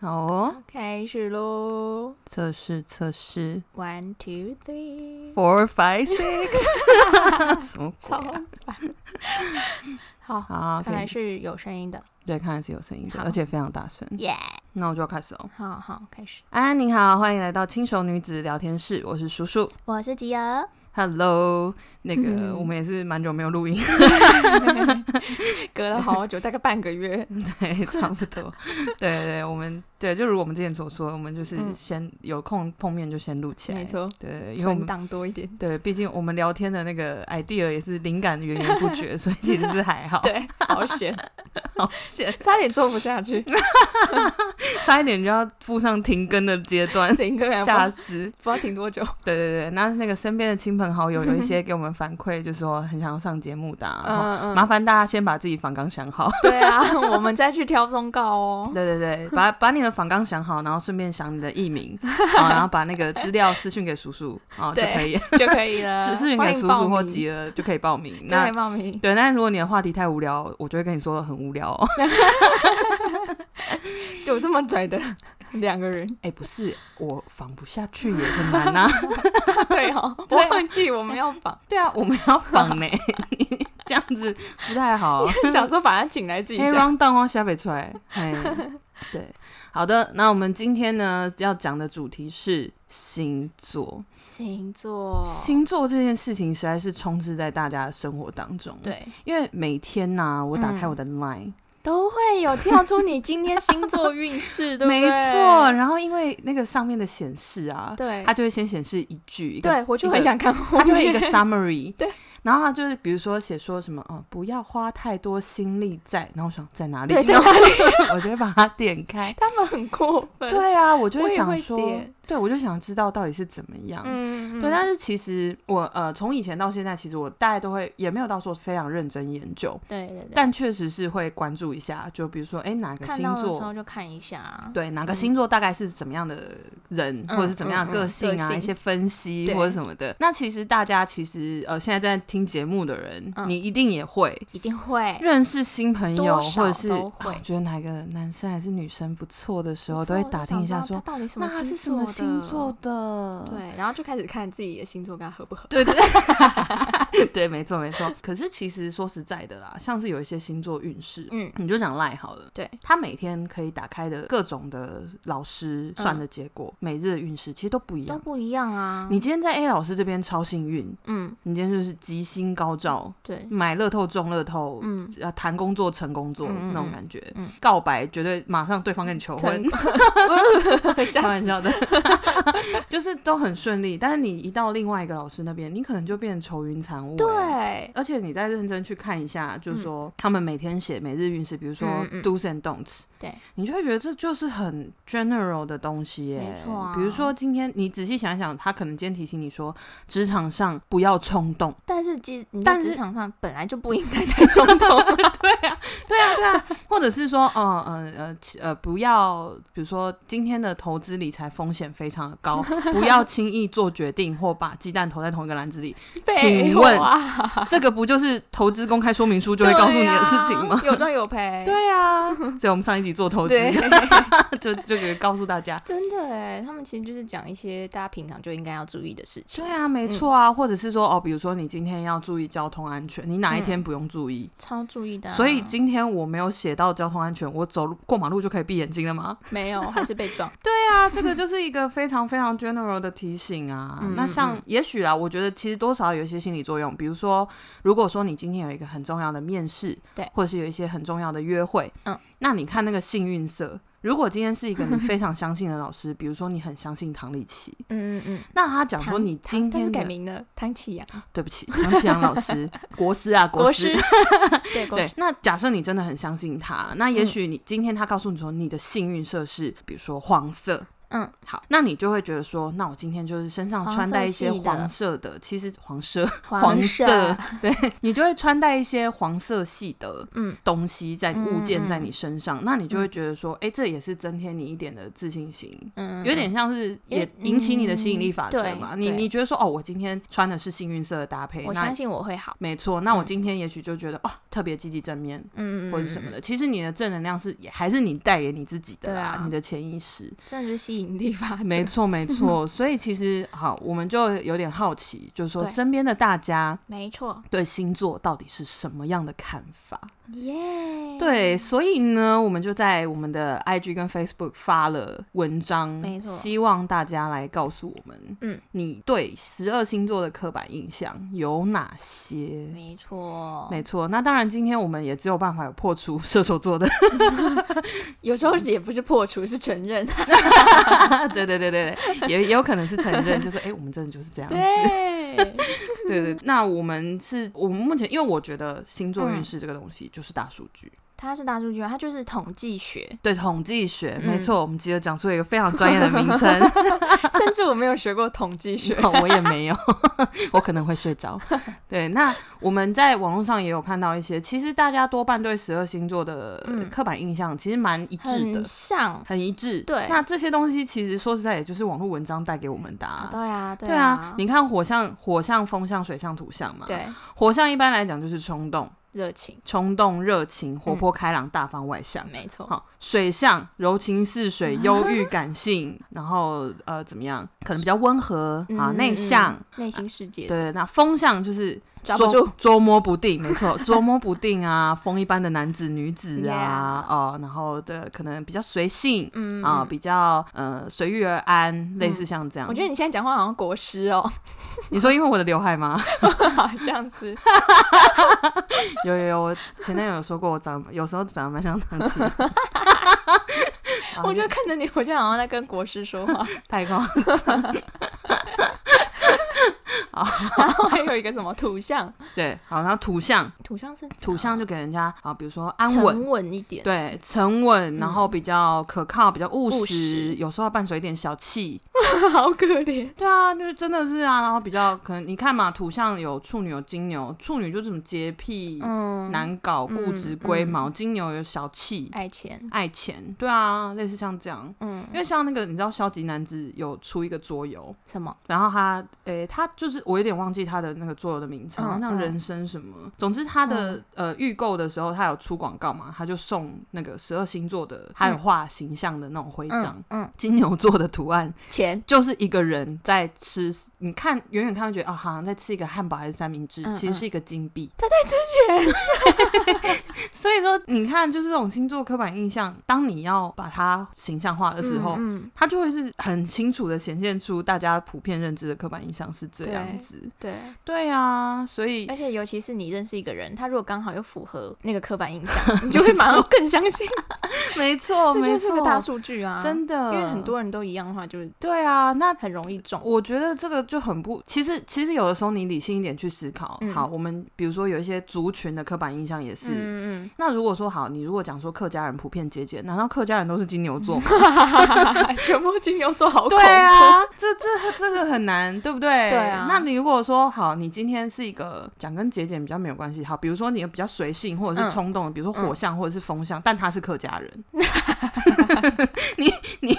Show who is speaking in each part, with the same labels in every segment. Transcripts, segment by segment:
Speaker 1: 哦
Speaker 2: 始喽
Speaker 1: 测试测试
Speaker 2: ！One two three，
Speaker 1: ，four five six，什 么鬼
Speaker 2: 超
Speaker 1: 啊？
Speaker 2: 烦。好，
Speaker 1: 好，
Speaker 2: 看
Speaker 1: 可
Speaker 2: 来
Speaker 1: 以，
Speaker 2: 是有声音的，
Speaker 1: 对，看来是有声音的，
Speaker 2: 好
Speaker 1: 而且非常大声。
Speaker 2: 耶！
Speaker 1: 那我就要开始哦。
Speaker 2: 好好，开始。
Speaker 1: 安安您好，欢迎来到轻熟女子聊天室，我是叔叔。
Speaker 2: 我是吉儿，
Speaker 1: Hello，那个
Speaker 2: 嗯
Speaker 1: 我们也是蛮久没有录音，
Speaker 2: 隔了好久，大概半个月。
Speaker 1: 对，差不 多。对对对，我们对，就如我们之前所说，我们就是
Speaker 2: 嗯
Speaker 1: 先有空碰面就先录起来。
Speaker 2: 没，错，
Speaker 1: 对，因为我
Speaker 2: 存
Speaker 1: 们
Speaker 2: 档多 一点。
Speaker 1: 对，毕竟我们聊天的那个 idea 也是灵感源源不 绝，所以其实是还好。，
Speaker 2: 对，好险，
Speaker 1: 好险，
Speaker 2: 差点做不下去，，
Speaker 1: 差一点就要步上停更的阶段
Speaker 2: 停个人不知道
Speaker 1: 吓死！
Speaker 2: 不知道停多久。
Speaker 1: 对对对，那那个身边的亲朋好友有一 些给我们反馈，就说很想要上节目的啊、然后
Speaker 2: 嗯
Speaker 1: 麻
Speaker 2: 嗯，
Speaker 1: 烦大家先把自己访纲想好。
Speaker 2: 对啊，我们再去挑通告 哦。
Speaker 1: 对对对，把把你的访纲想好，然后顺便想你的艺 名，好，然后把那个资料私讯给叔叔啊、就
Speaker 2: 对
Speaker 1: 可以，
Speaker 2: 就可以了。
Speaker 1: 私私讯
Speaker 2: 欢
Speaker 1: 给
Speaker 2: 迎
Speaker 1: 叔
Speaker 2: 报
Speaker 1: 叔或
Speaker 2: 名
Speaker 1: 吉儿就可以报 名。
Speaker 2: 就
Speaker 1: 那
Speaker 2: 可以报名。
Speaker 1: 对，但是如果你的话题太无聊，我就会跟你说很无聊、哦。
Speaker 2: 有这么拽的两个人？
Speaker 1: 哎、不是，我仿不下去也很难啊呐、
Speaker 2: 对哦，我
Speaker 1: 对啊
Speaker 2: 忘记我们要绑，
Speaker 1: 对啊，我们要 仿呢、你这样子不太 好。
Speaker 2: 想说把他请来自己
Speaker 1: 黑 r
Speaker 2: 讲。
Speaker 1: o u n d down 哦，下北出来。 哎，对，好的，那我们今天呢要讲的主题是星座。
Speaker 2: 星座
Speaker 1: 星座这件事情实在是充斥在大家的生活当中。，
Speaker 2: 对
Speaker 1: 因为每天呐、我打开
Speaker 2: 嗯
Speaker 1: 我的 Line，、
Speaker 2: 都会有跳出你今天星座运 势，对不
Speaker 1: 没
Speaker 2: 对？
Speaker 1: 错，，然后因为那个上面的显示啊，
Speaker 2: 对
Speaker 1: 它就会先显示一句，一个
Speaker 2: 对，我就
Speaker 1: 一个
Speaker 2: 很想看后面，
Speaker 1: 它就会一个 summary，
Speaker 2: 对，
Speaker 1: 然后它就是比如说写说什么，哦，不要花太多心力在，然后我想在哪里？
Speaker 2: 对在哪。
Speaker 1: 里？我就会把它点开
Speaker 2: 他们很过 分。
Speaker 1: 对啊，我就
Speaker 2: 我也
Speaker 1: 想
Speaker 2: 会
Speaker 1: 说
Speaker 2: 点，
Speaker 1: 对我就想知道到底是怎么样。
Speaker 2: 嗯，嗯，
Speaker 1: 对，但是其实我呃，从以前到现在，其实我大概都会也没有到说非常认真研究，
Speaker 2: 对对对，
Speaker 1: 但确实是会关注一下，就比如说，哎，哪个
Speaker 2: 看
Speaker 1: 星
Speaker 2: 到的时
Speaker 1: 座
Speaker 2: 候就看一下。
Speaker 1: 对哪个
Speaker 2: 嗯
Speaker 1: 星座大概是怎么样的人，
Speaker 2: 嗯
Speaker 1: 或者是怎么样的
Speaker 2: 嗯嗯
Speaker 1: 个
Speaker 2: 嗯
Speaker 1: 性啊，
Speaker 2: 个性
Speaker 1: 一些分析
Speaker 2: 对
Speaker 1: 或者什么的。那其实大家其实呃，现在在听节目的人，
Speaker 2: 嗯
Speaker 1: 你一定也会。
Speaker 2: 一定会，
Speaker 1: 认识新朋友，
Speaker 2: 多少
Speaker 1: 或者是、
Speaker 2: 都
Speaker 1: 啊
Speaker 2: 会
Speaker 1: 我觉得哪个男生还是女生不错的时候，
Speaker 2: 没
Speaker 1: 都会
Speaker 2: 错
Speaker 1: 打
Speaker 2: 就
Speaker 1: 听
Speaker 2: 想
Speaker 1: 一下
Speaker 2: 知道
Speaker 1: 说，
Speaker 2: 他到底什
Speaker 1: 那
Speaker 2: 么
Speaker 1: 他是
Speaker 2: 星
Speaker 1: 什
Speaker 2: 座
Speaker 1: 么
Speaker 2: 的
Speaker 1: 星座的？
Speaker 2: 对，然后就开始看自己的星座跟他合不合。
Speaker 1: 对对 对，没错没错。可是其实说实在的啦，像是有一些星座运势，
Speaker 2: 嗯，
Speaker 1: 你就讲赖好了。
Speaker 2: 对，
Speaker 1: 他每天可以打开的各种的老师算的结果，每日的运势其实都不一
Speaker 2: 嗯都
Speaker 1: 样。
Speaker 2: 不一样啊。
Speaker 1: 你今天在 A 老师这边超幸运，
Speaker 2: 嗯，
Speaker 1: 你今天就是吉星高照，
Speaker 2: 对，
Speaker 1: 买乐透中乐透，
Speaker 2: 嗯，
Speaker 1: 要谈工作成工作
Speaker 2: 嗯嗯嗯
Speaker 1: 那种感觉
Speaker 2: 嗯，
Speaker 1: 告白绝对马上对方跟你求婚，
Speaker 2: 成
Speaker 1: 开玩笑的， 就是都很顺利。但是你一到另外一个老师那边，你可能就变成愁云惨雾、欸。
Speaker 2: 对，嗯
Speaker 1: 而且你再认真去看一下，就是说、他们每天写每日运势，比如说
Speaker 2: 嗯嗯
Speaker 1: do's and don'ts，
Speaker 2: 对
Speaker 1: 你就会觉得这就是很 general 的东西耶、
Speaker 2: 没错啊
Speaker 1: 比如说今天你仔细想一想，他可能今天提醒你说，职场上不要冲动。
Speaker 2: 但是其实你在
Speaker 1: 但是
Speaker 2: 职场上本来就不应该太冲动，
Speaker 1: 对啊，对 啊，或者是说，呃呃呃其呃，不要，比如说今天的投资理财风险非常的 高，不要轻易做决定或把鸡蛋投在同一个篮子里。
Speaker 2: 废
Speaker 1: 请
Speaker 2: 话
Speaker 1: 问这个不就是投资公开说明书就会告诉你的事情吗？
Speaker 2: 对啊有赚有赔，
Speaker 1: 对啊，所以我们上一集做投资，
Speaker 2: 对，
Speaker 1: 就这个告诉大家。
Speaker 2: 真的哎，他们其实就是讲一些大家平常就应该要注意的事情
Speaker 1: 对，啊，没错啊，或者是说哦，比如说你今天要注意交通安全，你哪一天不用注意？
Speaker 2: 超注意的啊。
Speaker 1: 所以今天我没有写到交通安全，我走路过马路就可以闭眼睛了吗？
Speaker 2: 没有还是被 撞，
Speaker 1: 对啊，这个就是一个非常非常 general 的提醒啊。
Speaker 2: 嗯
Speaker 1: 那像
Speaker 2: 嗯
Speaker 1: 也许啦，啊我觉得其实多少有一些心理作用。比如说，如果说你今天有一个很重要的面试，
Speaker 2: 对
Speaker 1: 或者是有一些很重要的约会，
Speaker 2: 嗯，
Speaker 1: 那你看那个幸运色。如果今天是一个你非常相信的老师，比如说你很相信唐立奇，
Speaker 2: 嗯嗯嗯。
Speaker 1: 那他讲说
Speaker 2: 唐
Speaker 1: 你今
Speaker 2: 他是
Speaker 1: 天
Speaker 2: 改
Speaker 1: 的
Speaker 2: 名了，唐启阳，
Speaker 1: 对不起，唐启阳老师，国师啊，
Speaker 2: 国
Speaker 1: 师
Speaker 2: 师， 对嗯国
Speaker 1: 对
Speaker 2: 师，，
Speaker 1: 那假设你真的很相信他，那也许你今天他告诉你说你的幸运色是，比如说黄色。
Speaker 2: 嗯，
Speaker 1: 好，那你就会觉得说，那我今天就是身上穿戴一些
Speaker 2: 黄色系的
Speaker 1: 黄色的，其实黄色、
Speaker 2: 黄
Speaker 1: 色，对你就会穿戴一些黄色系的
Speaker 2: 嗯
Speaker 1: 东西在
Speaker 2: 嗯
Speaker 1: 物件在
Speaker 2: 嗯
Speaker 1: 你身上，那你就会觉得说，哎、这也是增添你一点的自信心，
Speaker 2: 嗯，
Speaker 1: 有点像是也引起你的吸引力法则嘛。
Speaker 2: 嗯对
Speaker 1: 你
Speaker 2: 对
Speaker 1: 你觉得说，哦，我今天穿的是幸运色的搭配，
Speaker 2: 嗯我
Speaker 1: 那
Speaker 2: 相信我会好，
Speaker 1: 没错，那我今天也许就觉得、哦，特别积极正面，
Speaker 2: 嗯嗯，嗯
Speaker 1: 或者什么，的。其实你的正能量是也还是你带给你自己的啦，
Speaker 2: 对啊
Speaker 1: 你的潜意识。
Speaker 2: 嗯真的是吸吸引力法则。
Speaker 1: 没错，没 错。所以其实好，我们就有点好奇，就是说
Speaker 2: 对
Speaker 1: 身边的大家
Speaker 2: 没错，
Speaker 1: 对星座到底是什么样的看法？
Speaker 2: 耶、
Speaker 1: 对，所以呢，我们就在我们的 IG 跟 Facebook 发了文章
Speaker 2: 没，错
Speaker 1: 希望大家来告诉我们，
Speaker 2: 嗯，
Speaker 1: 你对十二星座的刻板印象有哪些？
Speaker 2: 没错，
Speaker 1: 没错，那当然，今天我们也只有办法有破除射手座的，
Speaker 2: 有时候也不是破除，是承认。
Speaker 1: 对对对对对，也也有可能是承认，就是哎、诶我们真的就是这样子，
Speaker 2: 对，
Speaker 1: 对对。那我们是我们目前，因为我觉得星座运
Speaker 2: 嗯
Speaker 1: 势这个东西就是大数据，
Speaker 2: 它是大数据啊，它就是统计学，
Speaker 1: 对统计学，没
Speaker 2: 嗯
Speaker 1: 错，我们记得讲出一个非常专业的名称，
Speaker 2: 甚至我没有学过统计学。
Speaker 1: 哦我也没有，我可能会睡着。对，那我们在网络上也有看到一些，其实大家多半对十二星座的
Speaker 2: 嗯
Speaker 1: 刻板印象其实蛮一致的
Speaker 2: 很，像，
Speaker 1: 很一致。
Speaker 2: 对
Speaker 1: 那这些东西其实说实在，也就是网络文章带给我们的、啊。
Speaker 2: 对啊，对
Speaker 1: 对啊，你看火象、火象、风象、水象、土象嘛。，
Speaker 2: 对
Speaker 1: 火象一般来讲就是冲动、
Speaker 2: 热情，
Speaker 1: 冲动、热
Speaker 2: 嗯
Speaker 1: 情、活泼开朗、大方外向。
Speaker 2: 没错，
Speaker 1: 好，水象柔情似 水，忧郁感性，然后呃怎么样？可能比较温和啊，
Speaker 2: 嗯
Speaker 1: 内
Speaker 2: 嗯
Speaker 1: 向，
Speaker 2: 内心世界
Speaker 1: 对，那风向就是
Speaker 2: 抓不
Speaker 1: 捉
Speaker 2: 住，
Speaker 1: 捉摸不定，没 错，捉摸不定啊，风一般的男子女子啊，哦，然后的可能比较随性
Speaker 2: 嗯
Speaker 1: 啊，比较呃随遇而安，类似像这样。
Speaker 2: 我觉得你现在讲话好像国师哦，
Speaker 1: 你说因为我的刘海吗？
Speaker 2: 好像是，
Speaker 1: 有有有，我前男友有说过我长，有时候长得蛮像唐琪。啊
Speaker 2: 我觉得看着你，我就好像在跟国师说话。
Speaker 1: 太高，
Speaker 2: 然后还有一个什么土象，
Speaker 1: 对，好，然后土象，
Speaker 2: 土象是
Speaker 1: 土象就给人家啊，比如说安稳。
Speaker 2: 沉稳一点，
Speaker 1: 对，沉稳，然后比较可靠，比较务
Speaker 2: 务
Speaker 1: 实
Speaker 2: 实
Speaker 1: 有时候伴随一点小气，
Speaker 2: 好可怜。
Speaker 1: 对啊，就是真的是啊，然后比较可能你看嘛，土象有处女有金牛，处女就这么洁癖、
Speaker 2: 嗯，
Speaker 1: 难搞、固执、
Speaker 2: 嗯
Speaker 1: 龟毛，金牛有小气、
Speaker 2: 爱钱，
Speaker 1: 爱钱，对啊，类似像这样。
Speaker 2: 嗯，
Speaker 1: 因为像那个你知道消极男子有出一个桌游，
Speaker 2: 什么？
Speaker 1: 然后他诶、他就是我有点忘记他的那个桌游的名称，
Speaker 2: 嗯
Speaker 1: 像
Speaker 2: 嗯
Speaker 1: 人生什么，总之他的、呃预购的时候他有出广告嘛，他就送那个十二星座的，还有画形象的那种徽章，
Speaker 2: 嗯，
Speaker 1: 金牛座的图案，
Speaker 2: 钱，
Speaker 1: 就是一个人在吃，你看远远看会觉得哦，好像在吃一个汉堡还是三明治，
Speaker 2: 嗯
Speaker 1: 其实是一个金币。他在 吃钱，所以说你看，就是这种星座刻板印象，当你要把它形象化的时候。
Speaker 2: 嗯，嗯
Speaker 1: 它就会是很清楚的显现出大家普遍认知的刻板印象是这样子，
Speaker 2: 对。
Speaker 1: 对啊，所以
Speaker 2: 而且尤其是你认识一个人，他如果刚好又符合那个刻板印象， 你就会马上更相信。
Speaker 1: 没错，
Speaker 2: 这就
Speaker 1: 没
Speaker 2: 是
Speaker 1: 错
Speaker 2: 个大数据啊，
Speaker 1: 真的，
Speaker 2: 因为很多人都一样的话，就是
Speaker 1: 对啊，那
Speaker 2: 很容易中。
Speaker 1: 我觉得这个就很不，其实其实有的时候你理性一点去思考，
Speaker 2: 嗯
Speaker 1: 好，我们比如说有一些族群的刻板印象也是。
Speaker 2: 嗯嗯
Speaker 1: 那如果说好，你如果讲说客家人普遍节俭，难道客家人都是金牛 座吗？
Speaker 2: 嗯， 全部金牛座好恐怖
Speaker 1: 对，啊，这这这个很难，对不对？
Speaker 2: 对啊
Speaker 1: 那你如果说好，你今天是一个讲跟节俭比较没有关系，好，比如说你比较随性或者是
Speaker 2: 嗯
Speaker 1: 冲动的，比如说火象或者是风象，但他是客家 人，你你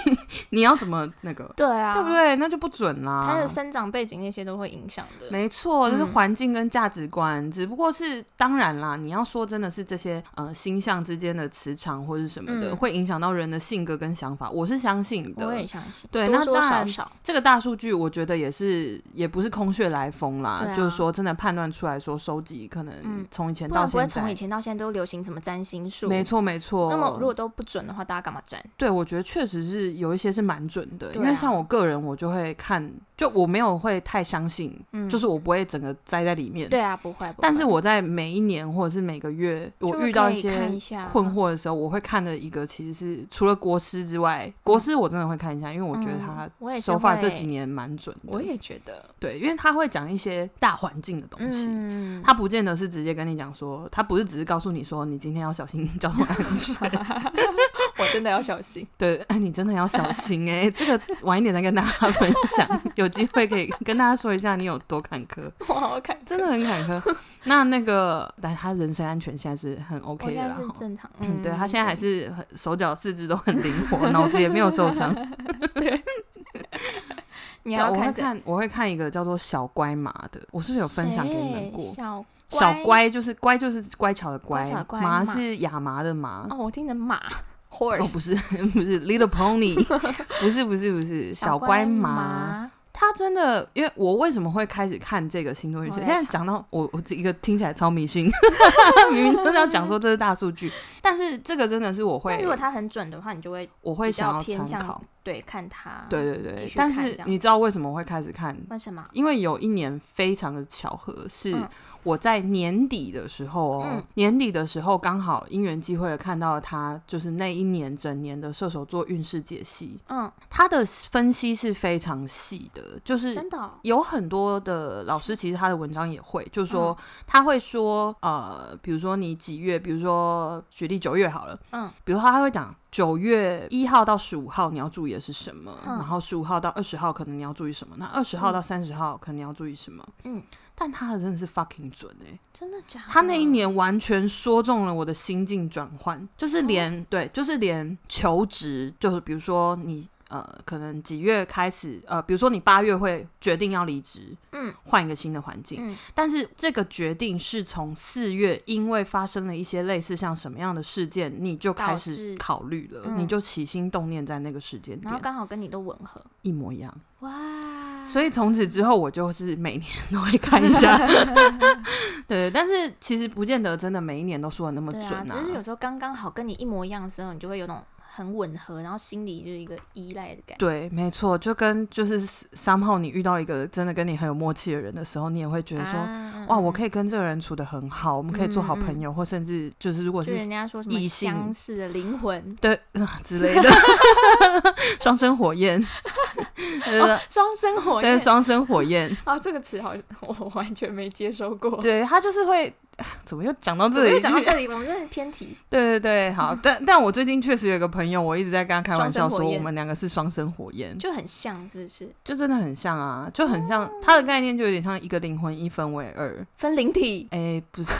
Speaker 1: 你要怎么那个，
Speaker 2: 对啊，
Speaker 1: 对不？对？那就不准啦。
Speaker 2: 他的生长背景那些都会影响的。
Speaker 1: 没错，就是
Speaker 2: 嗯
Speaker 1: 环境跟价值观，只不过是当然啦。你要说真的是这些呃星象之间的磁场或是什么的，
Speaker 2: 嗯
Speaker 1: 会影响到人的性格跟想法，我是相信
Speaker 2: 我
Speaker 1: 的
Speaker 2: 也。相信，
Speaker 1: 对
Speaker 2: 多
Speaker 1: 那
Speaker 2: 多
Speaker 1: 当
Speaker 2: 少
Speaker 1: 然
Speaker 2: 少，
Speaker 1: 这个大数据，我觉得也是也不是空穴来风啦，
Speaker 2: 对啊
Speaker 1: 就是说真的判断出来说，收集可能
Speaker 2: 嗯
Speaker 1: 从以前
Speaker 2: 不
Speaker 1: 到
Speaker 2: 然不会
Speaker 1: 现
Speaker 2: 从
Speaker 1: 在。
Speaker 2: 以前到现在都流行什么占星术。
Speaker 1: 没。错，没错。
Speaker 2: 那么如果都不准的话，大家干嘛占？
Speaker 1: 对，我觉得确实是有一些是蛮准的，因
Speaker 2: 对啊
Speaker 1: 为像我个人，我就会看，就我没有会太相信，
Speaker 2: 嗯，
Speaker 1: 就是我不会整个栽在里面。
Speaker 2: 对啊，不会。不
Speaker 1: 但是
Speaker 2: 会
Speaker 1: 我在每一年或者是每个月，我
Speaker 2: 就是
Speaker 1: 遇到
Speaker 2: 可
Speaker 1: 一
Speaker 2: 以看
Speaker 1: 些
Speaker 2: 一下嗯
Speaker 1: 困惑的时候，我会看的一个其实是除了国师之外，国师我真的会看一下，因为我觉得他
Speaker 2: 嗯我也是
Speaker 1: 手法
Speaker 2: 会
Speaker 1: 这几年蛮准的。
Speaker 2: 我也觉得，
Speaker 1: 对，因为他会讲一些大环境的东西。
Speaker 2: 嗯，
Speaker 1: 他不见得是直接跟你讲说，他不是只是告诉你说你今天要小心交通安 全，
Speaker 2: 我真的要小心。
Speaker 1: 对，哎你真的要小心哎、这个晚一点再跟大家分享，有机会可以跟大家说一下你有多坎坷。
Speaker 2: 我好看，
Speaker 1: 真的很坎坷。那那个，但他人身安全现在是很
Speaker 2: 我
Speaker 1: OK
Speaker 2: 现
Speaker 1: 的
Speaker 2: 在
Speaker 1: 啦
Speaker 2: 是。
Speaker 1: 齁
Speaker 2: 正常。
Speaker 1: 嗯，对他现在还
Speaker 2: 是
Speaker 1: 是很手脚四肢都很灵活，脑子也没有受 伤。啊
Speaker 2: 你要
Speaker 1: 我会
Speaker 2: 看谁
Speaker 1: 看，我会看一个叫做小乖马的，我是不是有分享给你们过
Speaker 2: 谁？小
Speaker 1: 小乖就是乖就是乖巧的乖
Speaker 2: 乖巧的，乖
Speaker 1: 麻
Speaker 2: 马
Speaker 1: 是亚麻的麻。
Speaker 2: 哦哦，我听成马，
Speaker 1: 哦，
Speaker 2: horse，
Speaker 1: 不是不是 Little Pony，不是不是不是小乖马。，他真的，因为我为什么会开始看这个星座运势？
Speaker 2: 我来
Speaker 1: 现
Speaker 2: 查
Speaker 1: 在讲到我，我这一个听起来超迷 信，明明就是要讲说这是大数据，但是这个真的是我会
Speaker 2: 但如，果它很准的话，你就会
Speaker 1: 我会
Speaker 2: 比较
Speaker 1: 想要
Speaker 2: 偏
Speaker 1: 参
Speaker 2: 向
Speaker 1: 考。
Speaker 2: 对看它。
Speaker 1: 对对
Speaker 2: 继
Speaker 1: 对
Speaker 2: 续，
Speaker 1: 但
Speaker 2: 看
Speaker 1: 是
Speaker 2: 这样
Speaker 1: 你知道为什么我会开始看？
Speaker 2: 为什么？
Speaker 1: 因为有一年非常的巧合，是
Speaker 2: 嗯
Speaker 1: 我在年底的时候哦，
Speaker 2: 嗯
Speaker 1: 年底的时候刚好因缘际会的看到他，就是那一年整年的射手座运势解析，
Speaker 2: 嗯，
Speaker 1: 他的分析是非常细的，就是
Speaker 2: 真的哦、
Speaker 1: 有很多的老师，其实他的文章也会，就是说、
Speaker 2: 嗯
Speaker 1: 他会说，呃，比如说你几月，比如说举例九月好了，
Speaker 2: 嗯，
Speaker 1: 比如说他会讲九月一号到十五号你要注意的是什么，
Speaker 2: 嗯
Speaker 1: 然后十五号到二十号可能你要注意什么，那二十号到三十号可能你要注意什么，
Speaker 2: 嗯，
Speaker 1: 但他的真的是 fucking 准哎、
Speaker 2: 真的假的？
Speaker 1: 他那一年完全说中了我的心境转换，
Speaker 2: 哦
Speaker 1: 就是连、对，就是连求职，就是比如说你呃，可能几月开始呃，比如说你八月会决定要离职，
Speaker 2: 嗯，
Speaker 1: 换一个新的环境，
Speaker 2: 嗯
Speaker 1: 但是这个决定是从四月，因为发生了一些类似像什么样的事件，你就开
Speaker 2: 导致
Speaker 1: 始考虑了，
Speaker 2: 嗯
Speaker 1: 你就起心动念在那个时间
Speaker 2: 然后
Speaker 1: 点，
Speaker 2: 刚好跟你都吻合，
Speaker 1: 一模一样。
Speaker 2: 哇！
Speaker 1: 所以从此之后，我就是每年 都会看一 下。对，但是其实不见得真的每一年都说的那么
Speaker 2: 对
Speaker 1: 准
Speaker 2: 啊，只是有时候刚刚好跟你一模一样的时候，你就会有种很吻合，然后心里就是一个依赖的感觉。
Speaker 1: 对，没错，就跟就是三号，你遇到一个真的跟你很有默契的人的时候，你也会觉得说，
Speaker 2: 啊嗯
Speaker 1: 哇，我可以跟这个人处的很好，我们可以做好朋友，或甚至就是如果
Speaker 2: 就是人家说什么
Speaker 1: 异性
Speaker 2: 相似的灵魂，
Speaker 1: 对、啊之类 的，双生火焰， 呃，
Speaker 2: 双生哦火
Speaker 1: 对，
Speaker 2: 焰。
Speaker 1: 双生火 焰，
Speaker 2: 哦，这个词好像我完全没接收过。
Speaker 1: 对他就是会，怎么又讲到
Speaker 2: 怎
Speaker 1: 这
Speaker 2: 么
Speaker 1: 里
Speaker 2: 又
Speaker 1: 去？
Speaker 2: 讲 到这里，我们真的偏题。
Speaker 1: 对对对， 好，但但我最近确实有一个朋友，我一直在跟他开玩笑
Speaker 2: 双生
Speaker 1: 说，
Speaker 2: 火焰
Speaker 1: 我们两个是双生火焰，就
Speaker 2: 就哦很像，是不是？
Speaker 1: 就真的很像啊，就很像，他的概念就有点像一个灵魂一分为二，，
Speaker 2: 分灵体
Speaker 1: 哎，不是，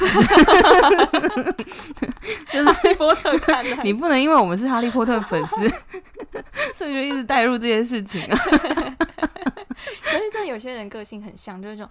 Speaker 2: 哈利波特看 的，
Speaker 1: 你不能因为我们是哈利波特粉丝， 所以就一直带入这些事情啊，
Speaker 2: 可是真的有些人个性很像， 就是这种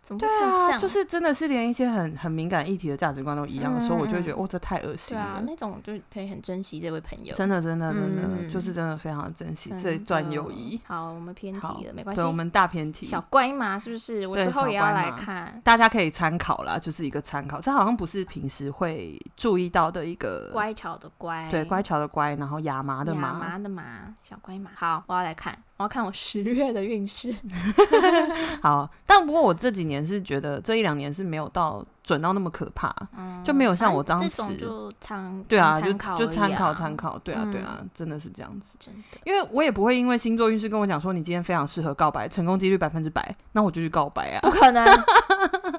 Speaker 2: 怎么会这么
Speaker 1: 对啊，
Speaker 2: 像？
Speaker 1: 就是真的是连一些很很敏感议题的价值观都一样的时候，
Speaker 2: 嗯嗯
Speaker 1: 我就会觉得，哦，这太恶心
Speaker 2: 对啊
Speaker 1: 了，。
Speaker 2: 那种就是可以很珍惜这位朋友，
Speaker 1: 真的，真的，真
Speaker 2: 嗯
Speaker 1: 的，就是真的非常珍惜
Speaker 2: 真的
Speaker 1: 这段友谊。。
Speaker 2: 啊好，我们偏
Speaker 1: 好
Speaker 2: 题了，没关系
Speaker 1: 对，。我们大偏题，
Speaker 2: 小乖嘛，是不是？我
Speaker 1: 对
Speaker 2: 之后
Speaker 1: 小
Speaker 2: 也要
Speaker 1: 乖
Speaker 2: 来
Speaker 1: 嘛
Speaker 2: 看。
Speaker 1: 大家可以参考啦，就是一个参考。这好像不是平时会注意到的一个
Speaker 2: 乖巧的乖，
Speaker 1: 呃对乖巧的乖，然后亚麻的
Speaker 2: 亚
Speaker 1: 麻。
Speaker 2: 麻的麻，小乖麻。好，我要来看，我要看我十月的运势。
Speaker 1: 好，但不过我这几年是觉得这一两年是没有到准到那么可怕，就没有像我当
Speaker 2: 嗯啊这
Speaker 1: 时。
Speaker 2: 种就参
Speaker 1: 对啊，就
Speaker 2: 参考
Speaker 1: 就参考
Speaker 2: 考而已
Speaker 1: 参
Speaker 2: 啊，
Speaker 1: 考，对啊
Speaker 2: 嗯
Speaker 1: 对啊，真的是这样子。
Speaker 2: 真的。
Speaker 1: 因为我也不会因为星座运势跟我讲说你今天非常适合告白，成功几率百分之百，那我就去告白啊。
Speaker 2: 不可能，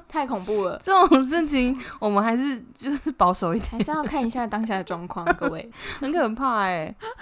Speaker 2: 太恐怖了，
Speaker 1: 这种事情我们还是就是保守一点，
Speaker 2: 还是要看一下当下的状况，各位。
Speaker 1: 很可怕哎、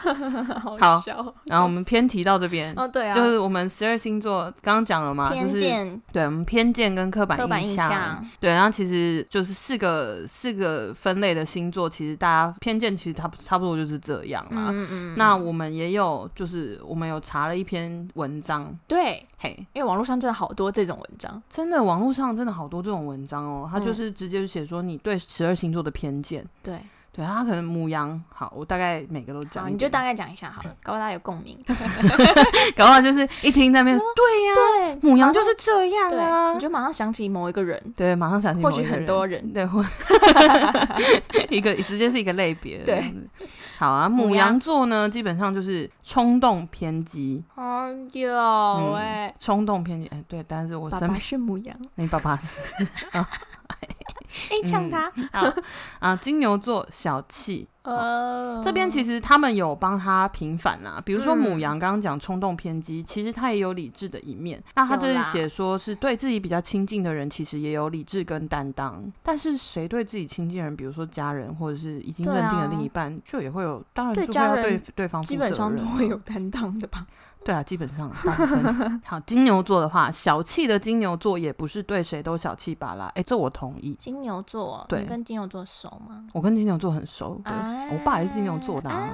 Speaker 2: 好
Speaker 1: 好
Speaker 2: 笑。
Speaker 1: 然后我们偏题到这边，
Speaker 2: 哦，对啊，
Speaker 1: 就是我们十二星座刚刚讲了嘛，就
Speaker 2: 偏
Speaker 1: 是
Speaker 2: 见、
Speaker 1: 对我们偏见跟刻板
Speaker 2: 刻板
Speaker 1: 印
Speaker 2: 印象，
Speaker 1: 对，然后其实就是四个四个分类的星座，其实大家偏见其实差不差不多就是这样啦。
Speaker 2: 嗯嗯，
Speaker 1: 那我们也有，就是我们有查了一篇文章，
Speaker 2: 对，
Speaker 1: 嘿，
Speaker 2: 因为网络上真的好多这种文章，
Speaker 1: 真的网络上真的好多这种文章哦，它
Speaker 2: 嗯
Speaker 1: 就是直接写说你对十二星座的偏见。
Speaker 2: 对，
Speaker 1: 对，它可能母羊，好，我大概每个都讲
Speaker 2: 好，
Speaker 1: 一点，
Speaker 2: 你就大概讲一下好了，搞不好大家有共鸣。
Speaker 1: 搞不好就是一听在那边，对呀、
Speaker 2: 对，
Speaker 1: 母羊就是这样
Speaker 2: 嗯对，
Speaker 1: 啊
Speaker 2: 你，就马上想起某一个人，
Speaker 1: 对，马上想起
Speaker 2: 或
Speaker 1: 某
Speaker 2: 许
Speaker 1: 一个
Speaker 2: 很
Speaker 1: 人
Speaker 2: 多人，
Speaker 1: 对， 或一个直接是一个类别。
Speaker 2: 对
Speaker 1: 这样子，好啊。母羊座呢，基本上就是冲动偏激，
Speaker 2: 哦有哎，
Speaker 1: 冲动偏激。哎，对，但嗯是我嗯
Speaker 2: 爸
Speaker 1: 身
Speaker 2: 爸
Speaker 1: 边
Speaker 2: 是母羊，
Speaker 1: 你爸 爸是
Speaker 2: 哎，呛他，
Speaker 1: 啊，金牛座小气。
Speaker 2: 呃，
Speaker 1: 这边其实他们有帮他平反啦，比如说
Speaker 2: 嗯
Speaker 1: 母羊刚刚讲冲动偏激，其实他也有理智的一面。那他这
Speaker 2: 有
Speaker 1: 里
Speaker 2: 啦
Speaker 1: 写说是对自己比较亲近的人，其实也有理智跟担当。但是谁对自己亲近的人，比如说家人或者是已经
Speaker 2: 对啊
Speaker 1: 认定了另一半，就也会有，当然
Speaker 2: 对
Speaker 1: 是会
Speaker 2: 家
Speaker 1: 要
Speaker 2: 人
Speaker 1: 对对方负
Speaker 2: 基本
Speaker 1: 责
Speaker 2: 上
Speaker 1: 任
Speaker 2: 都
Speaker 1: 啊
Speaker 2: 会有担当的 吧？
Speaker 1: 对啊，基本上大部分 好。金牛座的话，小气的金牛座也不是对谁都小气巴拉，哎、这我同意。
Speaker 2: 金牛座，
Speaker 1: 对
Speaker 2: 你跟金牛座熟吗？
Speaker 1: 我跟金牛座很熟，对、
Speaker 2: 啊
Speaker 1: 我爸也是金牛座的、啊。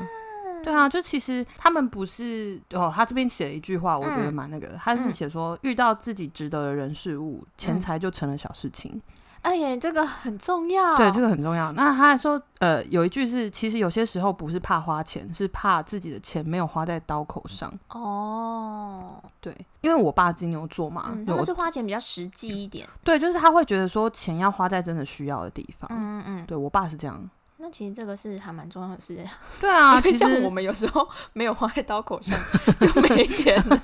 Speaker 1: 对啊，就其实他们不是哦，他这边写了一句话，我觉
Speaker 2: 嗯嗯
Speaker 1: 得蛮那个的，他是写说、遇到自己值得的人事物，钱财就成了小事情。
Speaker 2: 哎呀，这个很重要。
Speaker 1: 对，这个很重要。那他还说，呃，有一句是，其实有些时候不是怕花钱，是怕自己的钱没有花在刀口上。
Speaker 2: 哦，
Speaker 1: 对，因为我爸金牛座嘛，
Speaker 2: 嗯，他
Speaker 1: 我
Speaker 2: 们是花钱比较实际一点。
Speaker 1: 对，就是他会觉得说钱要花在真的需要的地方。
Speaker 2: 嗯嗯，
Speaker 1: 对我爸是这样。
Speaker 2: 那其实这个是还蛮重要的事，
Speaker 1: 对啊，
Speaker 2: 因为
Speaker 1: 其
Speaker 2: 像
Speaker 1: 实
Speaker 2: 我们有时候没有花在刀口上 就没钱了。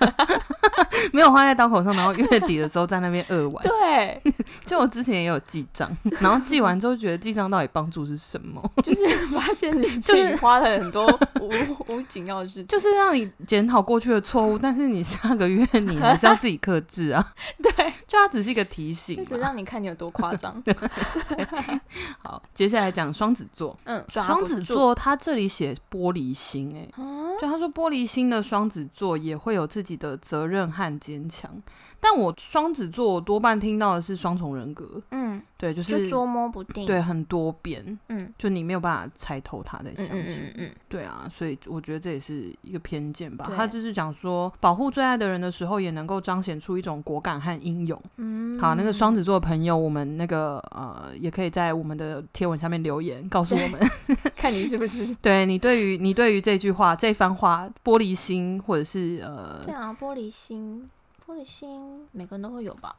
Speaker 1: 没有花在刀口上，然后月底的时候在那边 饿玩。
Speaker 2: 对，
Speaker 1: 就我之前也有记 账，然后记完之后觉得记账到底帮助是什么？
Speaker 2: 就是发现你自
Speaker 1: 就
Speaker 2: 己
Speaker 1: 是
Speaker 2: 花了 很多无无紧要的事情。
Speaker 1: 就是让你检讨过去的错误，但是你下个 月你还是要自己克制 啊。
Speaker 2: 对，
Speaker 1: 就它只是一个提醒
Speaker 2: 就只
Speaker 1: 嘛。
Speaker 2: 让你看你有多夸 张。
Speaker 1: 好，接下来讲双子座。
Speaker 2: 嗯，抓不
Speaker 1: 双子
Speaker 2: 住，
Speaker 1: 座，他这里写玻璃心、欸，
Speaker 2: 嗯
Speaker 1: 就他说玻璃心的双子座也会有自己的责任和坚强，但我双子座我多半听到的是双重人格，
Speaker 2: 嗯，
Speaker 1: 对，就
Speaker 2: 就是捉摸不定。
Speaker 1: 对很多变，
Speaker 2: 嗯，
Speaker 1: 就你没有办法猜透他在想
Speaker 2: 嗯
Speaker 1: 什么，
Speaker 2: 嗯嗯嗯
Speaker 1: 对啊，所以我觉得这也是一个偏见吧。
Speaker 2: 对
Speaker 1: 他就是讲说，保护最爱的人的时候，也能够彰显出一种果敢和英勇。
Speaker 2: 嗯，
Speaker 1: 好，那个双子座的朋友，我们那个呃，也可以在我们的贴文下面留言，告诉 我们，
Speaker 2: 看你是不是？
Speaker 1: 对你对于你对于这句话这番话，玻璃心或者是呃
Speaker 2: 对，啊，玻璃心，玻璃心，每个人都会有吧？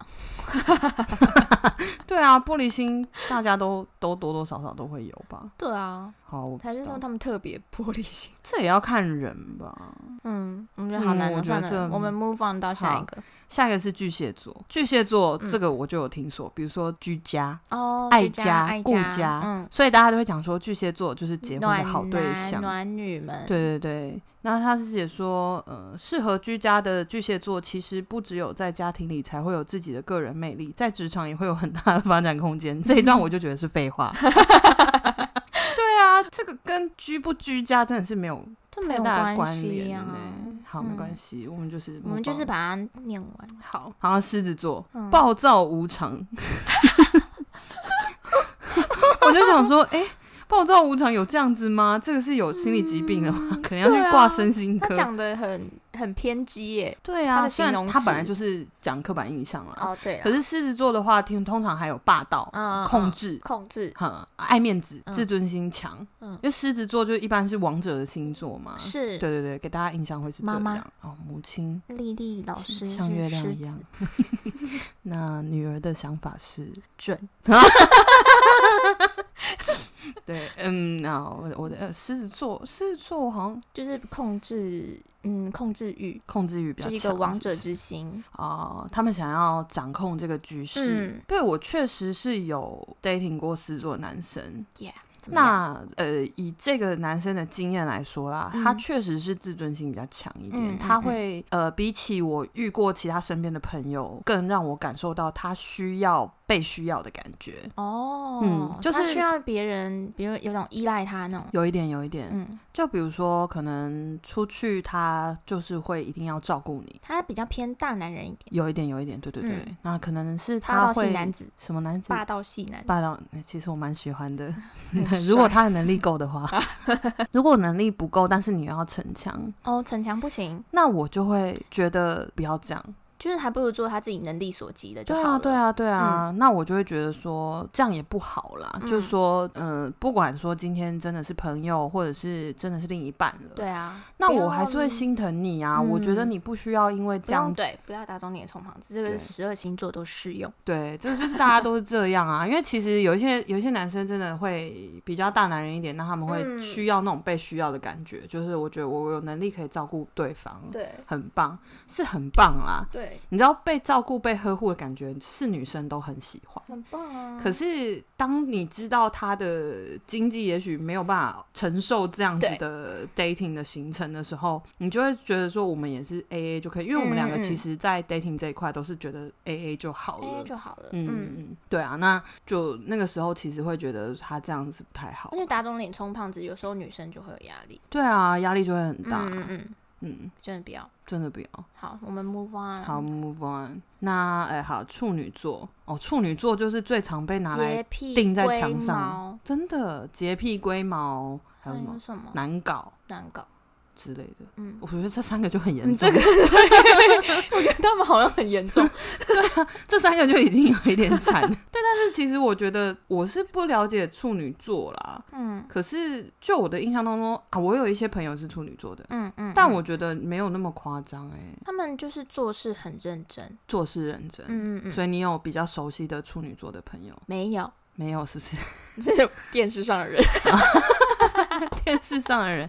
Speaker 1: 对啊，玻璃心大家都都多多少少都会有吧。
Speaker 2: 对啊，
Speaker 1: 好，我不
Speaker 2: 还是
Speaker 1: 知
Speaker 2: 说
Speaker 1: 道
Speaker 2: 他们特别玻璃心？
Speaker 1: 这也要看人吧。
Speaker 2: 嗯，我们觉得好难
Speaker 1: 嗯
Speaker 2: 哦、
Speaker 1: 我觉
Speaker 2: 算
Speaker 1: 得
Speaker 2: 了，
Speaker 1: 这
Speaker 2: 我们 move on 到下一个
Speaker 1: 下一个是巨蟹座，巨蟹座
Speaker 2: 嗯
Speaker 1: 这个我就有听说，比如说居家，
Speaker 2: 哦，
Speaker 1: 爱
Speaker 2: 居家、爱
Speaker 1: 顾家，
Speaker 2: 嗯，
Speaker 1: 所以大家都会讲说巨蟹座就是结婚的
Speaker 2: 暖
Speaker 1: 好对
Speaker 2: 男
Speaker 1: 象。
Speaker 2: 暖女们，
Speaker 1: 对对对，那他是写说，呃，适合居家的巨蟹座，其实不只有在家庭里才会有自己的个人魅力，在职场也会有很大的发展空 间。这一段我就觉得是废话。对啊，这个跟居不居家真的是没有
Speaker 2: 这没
Speaker 1: 太
Speaker 2: 有
Speaker 1: 大的
Speaker 2: 关
Speaker 1: 关
Speaker 2: 系
Speaker 1: 联
Speaker 2: 啊
Speaker 1: 呢。。好，没
Speaker 2: 嗯
Speaker 1: 关系，我们就是
Speaker 2: 我们就是
Speaker 1: move on
Speaker 2: 把它念完，
Speaker 1: 好，然后狮子座、
Speaker 2: 嗯
Speaker 1: 暴躁无常， 我就想说，哎、暴躁无常有这样子吗？这个是有心理疾病的吗？可能要
Speaker 2: 对
Speaker 1: 去
Speaker 2: 啊
Speaker 1: 挂身心
Speaker 2: 他
Speaker 1: 科。
Speaker 2: 讲的很很偏激耶。
Speaker 1: 对
Speaker 2: 他
Speaker 1: 啊，
Speaker 2: 的
Speaker 1: 虽
Speaker 2: 形
Speaker 1: 然
Speaker 2: 容
Speaker 1: 他本
Speaker 2: 词
Speaker 1: 来就是讲刻板印象啦。
Speaker 2: 哦，对
Speaker 1: 可
Speaker 2: 了，
Speaker 1: 是狮子座的话，听通常还有霸道、
Speaker 2: 嗯嗯
Speaker 1: 控
Speaker 2: 嗯
Speaker 1: 制、
Speaker 2: 控制
Speaker 1: 很、爱面子、
Speaker 2: 嗯
Speaker 1: 自尊心强。
Speaker 2: 嗯
Speaker 1: 因为狮子座就一般是王者的星座嘛。
Speaker 2: 是
Speaker 1: 嗯对对对，给大家印象会是这
Speaker 2: 妈
Speaker 1: 样。
Speaker 2: 妈
Speaker 1: 哦，母亲。
Speaker 2: 丽丽老师
Speaker 1: 像
Speaker 2: 是
Speaker 1: 月
Speaker 2: 狮
Speaker 1: 亮
Speaker 2: 子
Speaker 1: 一样。 那女儿的想法是，
Speaker 2: 准，
Speaker 1: 对，嗯，那我我的呃狮子座，狮子座我好像
Speaker 2: 就是控制，嗯，控制欲，
Speaker 1: 控制欲比较
Speaker 2: 就
Speaker 1: 强，
Speaker 2: 是一个王者
Speaker 1: 是不是
Speaker 2: 之心。
Speaker 1: 哦、他们想要掌控这个局势。
Speaker 2: 嗯
Speaker 1: 对我确实是有 dating 过狮子座的男生，
Speaker 2: Yeah，怎么样
Speaker 1: 那呃，以这个男生的经验来说啦，
Speaker 2: 嗯
Speaker 1: 他确实是自尊心比较强一点，
Speaker 2: 嗯嗯
Speaker 1: 他
Speaker 2: 嗯
Speaker 1: 会呃，比起我遇过其他身边的朋友，更让我感受到他需要被需要的感觉，
Speaker 2: 哦，
Speaker 1: 嗯就
Speaker 2: 他
Speaker 1: 是
Speaker 2: 需要别人，比如有种依赖他那种，
Speaker 1: 有一点，有一点，
Speaker 2: 嗯，
Speaker 1: 就比如说可能出去，他就是会一定要照顾你，
Speaker 2: 他比较偏大男人一点，
Speaker 1: 有一点，有一点，对对对，
Speaker 2: 嗯
Speaker 1: 那可能是
Speaker 2: 霸
Speaker 1: 他
Speaker 2: 道
Speaker 1: 会
Speaker 2: 系男子，
Speaker 1: 什么男子
Speaker 2: 霸道系男子，
Speaker 1: 霸 道，欸其实我蛮喜欢 的。
Speaker 2: 很
Speaker 1: 如果
Speaker 2: 帅
Speaker 1: 他的能力够的话， 如果能力不够，但是你又要逞强，
Speaker 2: 哦，逞强不行，
Speaker 1: 那我就会觉得不要这样。
Speaker 2: 就是还不如做他自己能力所及的就
Speaker 1: 对
Speaker 2: 好
Speaker 1: 啊，
Speaker 2: 了。
Speaker 1: 对啊，对啊。那我就会觉得说这样也不好啦，
Speaker 2: 嗯
Speaker 1: 就说嗯、呃不管说今天真的是朋友，或者是真的是另一半了，
Speaker 2: 对啊，
Speaker 1: 那
Speaker 2: 不
Speaker 1: 我
Speaker 2: 要
Speaker 1: 还是会心疼你啊。
Speaker 2: 嗯
Speaker 1: 我觉得你不需要因为
Speaker 2: 不
Speaker 1: 这样
Speaker 2: 用对，不要打肿脸充胖子，这
Speaker 1: 对
Speaker 2: 个十二星座都适用。
Speaker 1: 对，这个就是大家都是这样啊，因为其实有一些有一些男生真的会比较大男人一点，那他们会
Speaker 2: 嗯
Speaker 1: 需要那种被需要的感觉，就是我觉得我有能力可以照顾对方，
Speaker 2: 对
Speaker 1: 很棒，是很棒啦。
Speaker 2: 对，
Speaker 1: 你知道被照顾、被呵护的感觉是女生都很喜欢，
Speaker 2: 很棒啊
Speaker 1: 可是当你知道他的经济也许没有办法承受这样子
Speaker 2: 对
Speaker 1: 的 dating 的行程的时候，你就会觉得说我们也是 A A 就可以，因为我们两个
Speaker 2: 嗯嗯
Speaker 1: 其实，在 dating 这一块都是觉得 A A 就好了。
Speaker 2: A 就好了，
Speaker 1: 嗯嗯，
Speaker 2: 嗯。
Speaker 1: 嗯，对啊，那就那个时候其实会觉得他这样子不太好
Speaker 2: 而，且打肿脸充胖子，有时候女生就会有压力。
Speaker 1: 对啊，压力就会很
Speaker 2: 嗯
Speaker 1: 大，
Speaker 2: 嗯嗯，嗯
Speaker 1: 嗯，
Speaker 2: 真的不要。
Speaker 1: 真的不要。
Speaker 2: 好，我们 move on。
Speaker 1: 好，move on。那哎、好，处女座哦，处女座就是最常被拿来
Speaker 2: 洁癖、
Speaker 1: 钉在
Speaker 2: 龟
Speaker 1: 墙上
Speaker 2: 毛，
Speaker 1: 真的洁癖、龟毛，还
Speaker 2: 还
Speaker 1: 有什么
Speaker 2: 有什么
Speaker 1: 难搞、
Speaker 2: 难搞？
Speaker 1: 之类的。
Speaker 2: 哎嗯
Speaker 1: 我觉得这三个就很严
Speaker 2: 你
Speaker 1: 重，
Speaker 2: 这个，我觉得他们好像很严重。
Speaker 1: 这三个就已经有一点惨。对，但是其实我觉得我是不了解处女座啦，
Speaker 2: 嗯
Speaker 1: 可是就我的印象当中啊，我有一些朋友是处女座的，
Speaker 2: 嗯嗯，
Speaker 1: 但
Speaker 2: 嗯
Speaker 1: 我觉得没有那么夸张哎、
Speaker 2: 他们就是做事很认真。
Speaker 1: 做事认真。
Speaker 2: 嗯嗯嗯，
Speaker 1: 所以你有比较熟悉的处女座的朋友
Speaker 2: 没有，
Speaker 1: 没有？是不是
Speaker 2: 这是电视上的人。
Speaker 1: 电视上的人？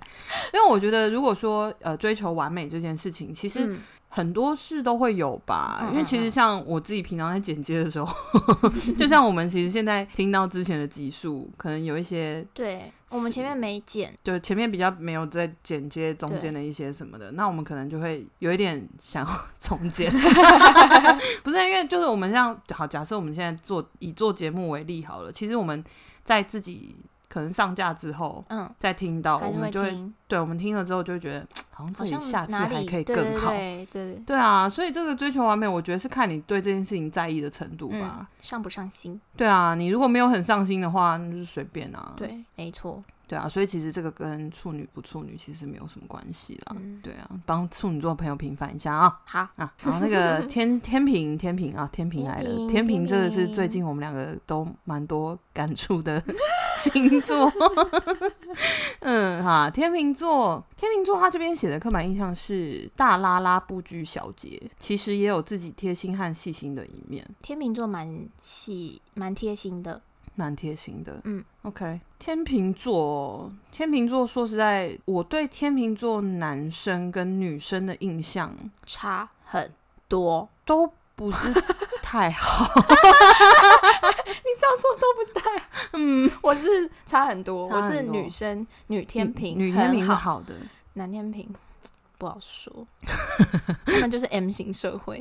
Speaker 1: 因为我觉得，如果说呃追求完美这件事情，其实
Speaker 2: 嗯
Speaker 1: 很多事都会有吧。
Speaker 2: 嗯
Speaker 1: 因为其实像我自己平常在剪接的时候， 就像我们其实现在听到之前的集数，可能有一些
Speaker 2: 对我们前面没剪，
Speaker 1: 就前面比较没有在剪接中间的一些什么的，那我们可能就会有一点想要重 剪，不是因为就是我们像好，假设我们现在做以做节目为例好了，其实我们在自己可能上架之后
Speaker 2: 嗯，
Speaker 1: 再听到，
Speaker 2: 还
Speaker 1: 我
Speaker 2: 是
Speaker 1: 们就会
Speaker 2: 听，
Speaker 1: 对我们听了之后就会觉得好像自
Speaker 2: 好
Speaker 1: 己
Speaker 2: 像
Speaker 1: 下次
Speaker 2: 哪
Speaker 1: 还
Speaker 2: 里
Speaker 1: 可以更好，
Speaker 2: 对对对对，
Speaker 1: 对啊，所以这个追求完美，我觉得是看你对这件事情在意的程度吧。
Speaker 2: 嗯，上不上心？
Speaker 1: 对啊，你如果没有很上心的话，那就是随便啊。
Speaker 2: 对，没错。
Speaker 1: 对啊，所以其实这个跟处女不处女其实没有什么关系啦。
Speaker 2: 嗯
Speaker 1: 对啊，帮处女座的朋友平反一下啊
Speaker 2: 好，
Speaker 1: 啊！然后那 个天天平天平啊，天平来了，
Speaker 2: 天平
Speaker 1: 天平这个是
Speaker 2: 天平
Speaker 1: 最近我们两个都蛮多感触 的星座。嗯哈，天平座，天平座他这边写的刻板印象是大拉拉不拘小节，其实也有自己贴心和细心的一面，
Speaker 2: 天秤座蛮细蛮贴心的，
Speaker 1: 蛮贴心的。
Speaker 2: 嗯
Speaker 1: ，OK，天秤座，天秤座说实在，我对天秤座男生跟女生的印象
Speaker 2: 差很多。
Speaker 1: 都不是太好。
Speaker 2: 你这样说都不是太， 嗯，我是差很多，
Speaker 1: 差很
Speaker 2: 我是
Speaker 1: 多
Speaker 2: 女生，女天平，
Speaker 1: 女女天平是
Speaker 2: 很好，
Speaker 1: 好的，
Speaker 2: 男天平不好说，他们就是 M 型社会，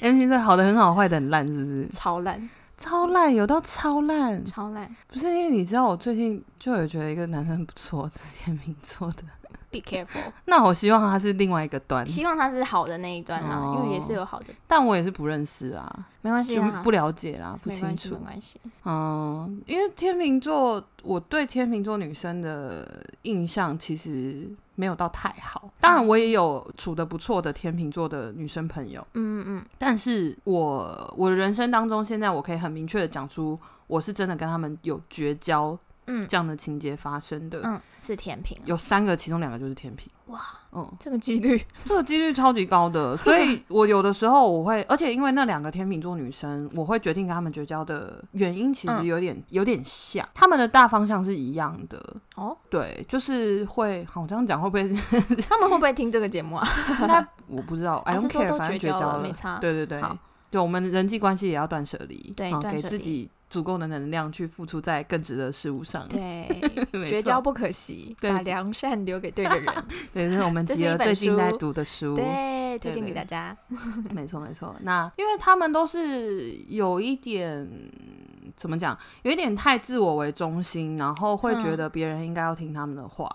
Speaker 1: 天平座好的很好，坏的很烂，是不是？
Speaker 2: 超烂，
Speaker 1: 超烂，有到超烂。
Speaker 2: 超烂
Speaker 1: 不是因为你知道，我最近就有觉得一个男生不错， 是天秤座的。
Speaker 2: ，Be careful。
Speaker 1: 那我希望他是另外一个端，
Speaker 2: 希望他是好的那一端啦，
Speaker 1: 哦
Speaker 2: 因为也是有好的，
Speaker 1: 但我也是不认识啊，
Speaker 2: 没关系
Speaker 1: 就
Speaker 2: 啦，
Speaker 1: 不了解啦，不
Speaker 2: 没
Speaker 1: 清
Speaker 2: 关系，
Speaker 1: 楚
Speaker 2: 没。关系。
Speaker 1: 嗯，因为天秤座，我对天秤座女生的印象其实没有到太好。当然，我也有处的不错的天秤座的女生朋友，
Speaker 2: 嗯嗯
Speaker 1: 但是我我的人生当中，现在我可以很明确的讲出，我是真的跟他们有绝交
Speaker 2: 嗯
Speaker 1: 这样的情节发生的。
Speaker 2: 嗯，是甜品啊，
Speaker 1: 有三个，其中两个就是天秤。
Speaker 2: 哇，
Speaker 1: 嗯，
Speaker 2: 这个几率，
Speaker 1: 这个几率超级高的，所以我有的时候我会，而且因为那两个天秤座女生，我会决定跟她们绝交的原因，其实
Speaker 2: 嗯
Speaker 1: 有点、有点像，她们的大方向是一样的。
Speaker 2: 哦，
Speaker 1: 对，就是会，好，我这样讲会 不会？
Speaker 2: 他们会不会听这个节目啊？
Speaker 1: 应该我不知道，I
Speaker 2: 还
Speaker 1: don't
Speaker 2: 哦是说
Speaker 1: care，
Speaker 2: 都
Speaker 1: 反正
Speaker 2: 绝
Speaker 1: 绝交
Speaker 2: 了，
Speaker 1: 了。
Speaker 2: 没差？
Speaker 1: 对对对
Speaker 2: 啊好，
Speaker 1: 对，我们人际关系也要断舍离，
Speaker 2: 对
Speaker 1: 啊
Speaker 2: 断
Speaker 1: 给
Speaker 2: 舍
Speaker 1: 自
Speaker 2: 离
Speaker 1: 己足够的能量去付出在更值得的事物上。
Speaker 2: 对
Speaker 1: 没
Speaker 2: 绝
Speaker 1: 错
Speaker 2: 交不可惜，
Speaker 1: 对
Speaker 2: 把良善留给对的人。
Speaker 1: 对，这是我们
Speaker 2: 这
Speaker 1: 吉
Speaker 2: 是一
Speaker 1: 儿
Speaker 2: 本
Speaker 1: 最近在
Speaker 2: 书
Speaker 1: 读的书。
Speaker 2: 对，推
Speaker 1: 对
Speaker 2: 荐给
Speaker 1: 对
Speaker 2: 大家。
Speaker 1: 没错，没错。那 因为他们都是有一点怎么讲，有一点太自我为中心，然后会觉
Speaker 2: 嗯
Speaker 1: 得别人应该要听他们的话。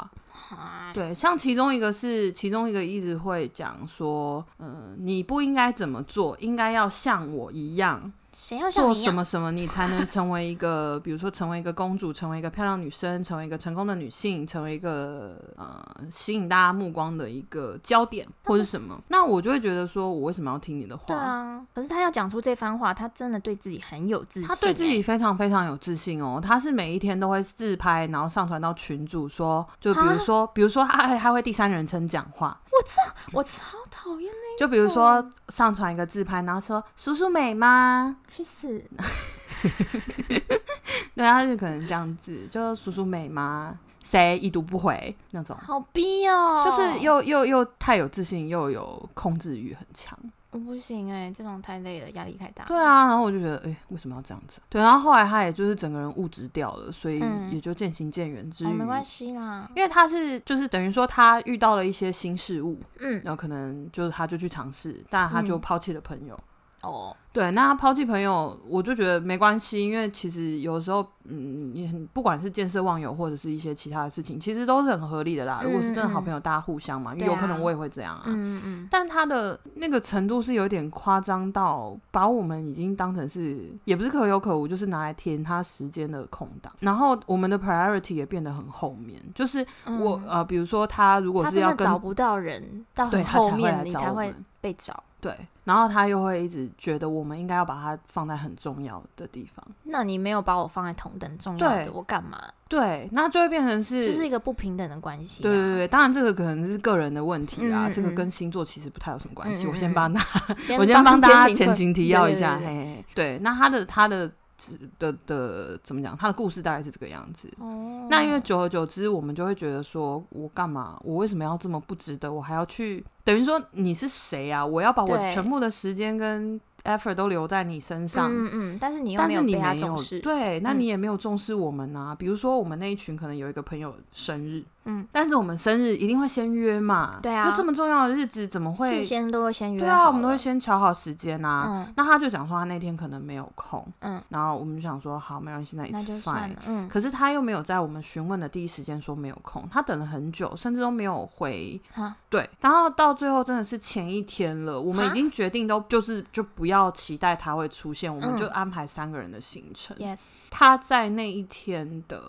Speaker 2: 啊
Speaker 1: 对，像其中一个是，其中一个一直会讲说，嗯、你不应该怎么做，应该要像我一样
Speaker 2: 谁要像
Speaker 1: 做
Speaker 2: 你一
Speaker 1: 什
Speaker 2: 样？
Speaker 1: 么什么，你才能成为一个，比如说成为一个公主，成为一个漂亮女生，成为一个成功的女性，成为一个呃吸引大家目光的一个焦点或是什么。那我就会觉得说，我为什么要听你的话？
Speaker 2: 对啊，可是他要讲出这番话，他真的对自己很有自信欸。
Speaker 1: 他对自己非常非常有自信哦，他是每一天都会自拍，然后上传到群组说，就比如说，比如说他还他会第三人称讲话，
Speaker 2: 我超讨厌那
Speaker 1: 就比如说上传一个自拍，然后说叔叔美吗？
Speaker 2: 去死！
Speaker 1: 对，他就可能这样子，就叔叔美吗？谁已读不回那种，
Speaker 2: 好逼哦，
Speaker 1: 就是又又又太有自信，又有控制欲很强。
Speaker 2: 我不行哎，这种太累了，压力太大。
Speaker 1: 对啊，然后我就觉得，哎、为什么要这样子？对，然后后来他也就是整个人物质掉了，所以
Speaker 2: 嗯
Speaker 1: 也就渐行渐远之余。
Speaker 2: 哦，没关系啦，
Speaker 1: 因为他是就是等于说他遇到了一些新事物，
Speaker 2: 嗯，
Speaker 1: 嗯然后可能就是他就去尝试，但他就抛弃了朋友，
Speaker 2: 哦，
Speaker 1: 对，那抛弃朋友，我就觉得没关系，因为其实有时候，嗯，你很不管是见色忘友，或者是一些其他的事情，其实都是很合理的啦。如果是真的好朋友，大家互相嘛，因为有可能我也会这样嗯啊。
Speaker 2: 嗯嗯
Speaker 1: 但他的那个程度是有点夸张到把我们已经当成是，也不是可有可无，就是拿来填他时间的空档。然后我们的 priority 也变得很后面，就是
Speaker 2: 嗯，
Speaker 1: 我、呃，比如说他如
Speaker 2: 嗯
Speaker 1: 果
Speaker 2: 他
Speaker 1: 是
Speaker 2: 真
Speaker 1: 要
Speaker 2: 的
Speaker 1: 跟
Speaker 2: 找不到人，到
Speaker 1: 对
Speaker 2: 很
Speaker 1: 他
Speaker 2: 后
Speaker 1: 才会
Speaker 2: 面
Speaker 1: 来
Speaker 2: 你
Speaker 1: 找
Speaker 2: 才
Speaker 1: 我
Speaker 2: 会
Speaker 1: 们
Speaker 2: 被找。
Speaker 1: 对，然后他又会一直觉得我们应该要把它放在很重要的地方。
Speaker 2: 那你没有把我放在同等重要
Speaker 1: 对
Speaker 2: 的，我干嘛？
Speaker 1: 对，那就会变成是，
Speaker 2: 就是一个不平等的关系啊。
Speaker 1: 对对对，当然这个可能是个人的问题啦，
Speaker 2: 嗯嗯
Speaker 1: 这个
Speaker 2: 嗯
Speaker 1: 跟星座其实不太有什么关系。
Speaker 2: 嗯嗯
Speaker 1: 我先
Speaker 2: 嗯
Speaker 1: 帮大，
Speaker 2: 先
Speaker 1: 我先帮大家
Speaker 2: 先
Speaker 1: 前情提要一下，
Speaker 2: 对对
Speaker 1: 嘿嘿嘿。对，那他的他的的的怎么讲？他的故事大概是这个样子。
Speaker 2: 哦，
Speaker 1: 那因为久而久之，我们就会觉得说，我干嘛？我为什么要这么不值得？我还要去，等于说你是谁啊？我要把我
Speaker 2: 对
Speaker 1: 全部的时间跟 effort 都留在你身上，
Speaker 2: 嗯嗯，但是你又
Speaker 1: 但
Speaker 2: 没
Speaker 1: 是
Speaker 2: 有
Speaker 1: 你
Speaker 2: 被
Speaker 1: 没
Speaker 2: 他
Speaker 1: 有
Speaker 2: 重视，
Speaker 1: 对，那
Speaker 2: 嗯
Speaker 1: 你也没有重视我们啊。比如说，我们那一群可能有一个朋友生日，
Speaker 2: 嗯，
Speaker 1: 但是我们生日一定会先约嘛，
Speaker 2: 对啊
Speaker 1: 就这么重要的日子怎么会
Speaker 2: 事？先都会先约
Speaker 1: 对
Speaker 2: 好了，
Speaker 1: 啊，我们都会先瞧好时间啊。
Speaker 2: 嗯
Speaker 1: 那他就讲说他那天可能没有空，
Speaker 2: 嗯，
Speaker 1: 然后我们就想说好，没关系，那
Speaker 2: 那
Speaker 1: it's
Speaker 2: 就算
Speaker 1: fine。
Speaker 2: 了，嗯，
Speaker 1: 可是他又没有在我们询问的第一时间说没有空，他等了很久，甚至都没有回。
Speaker 2: 好，
Speaker 1: 对，然后到最后真的是前一天了，我们已
Speaker 2: 哈
Speaker 1: 经决定都就是就不要期待他会出现，我们
Speaker 2: 嗯
Speaker 1: 就安排三个人的行程。
Speaker 2: yes，
Speaker 1: 他在那一天的，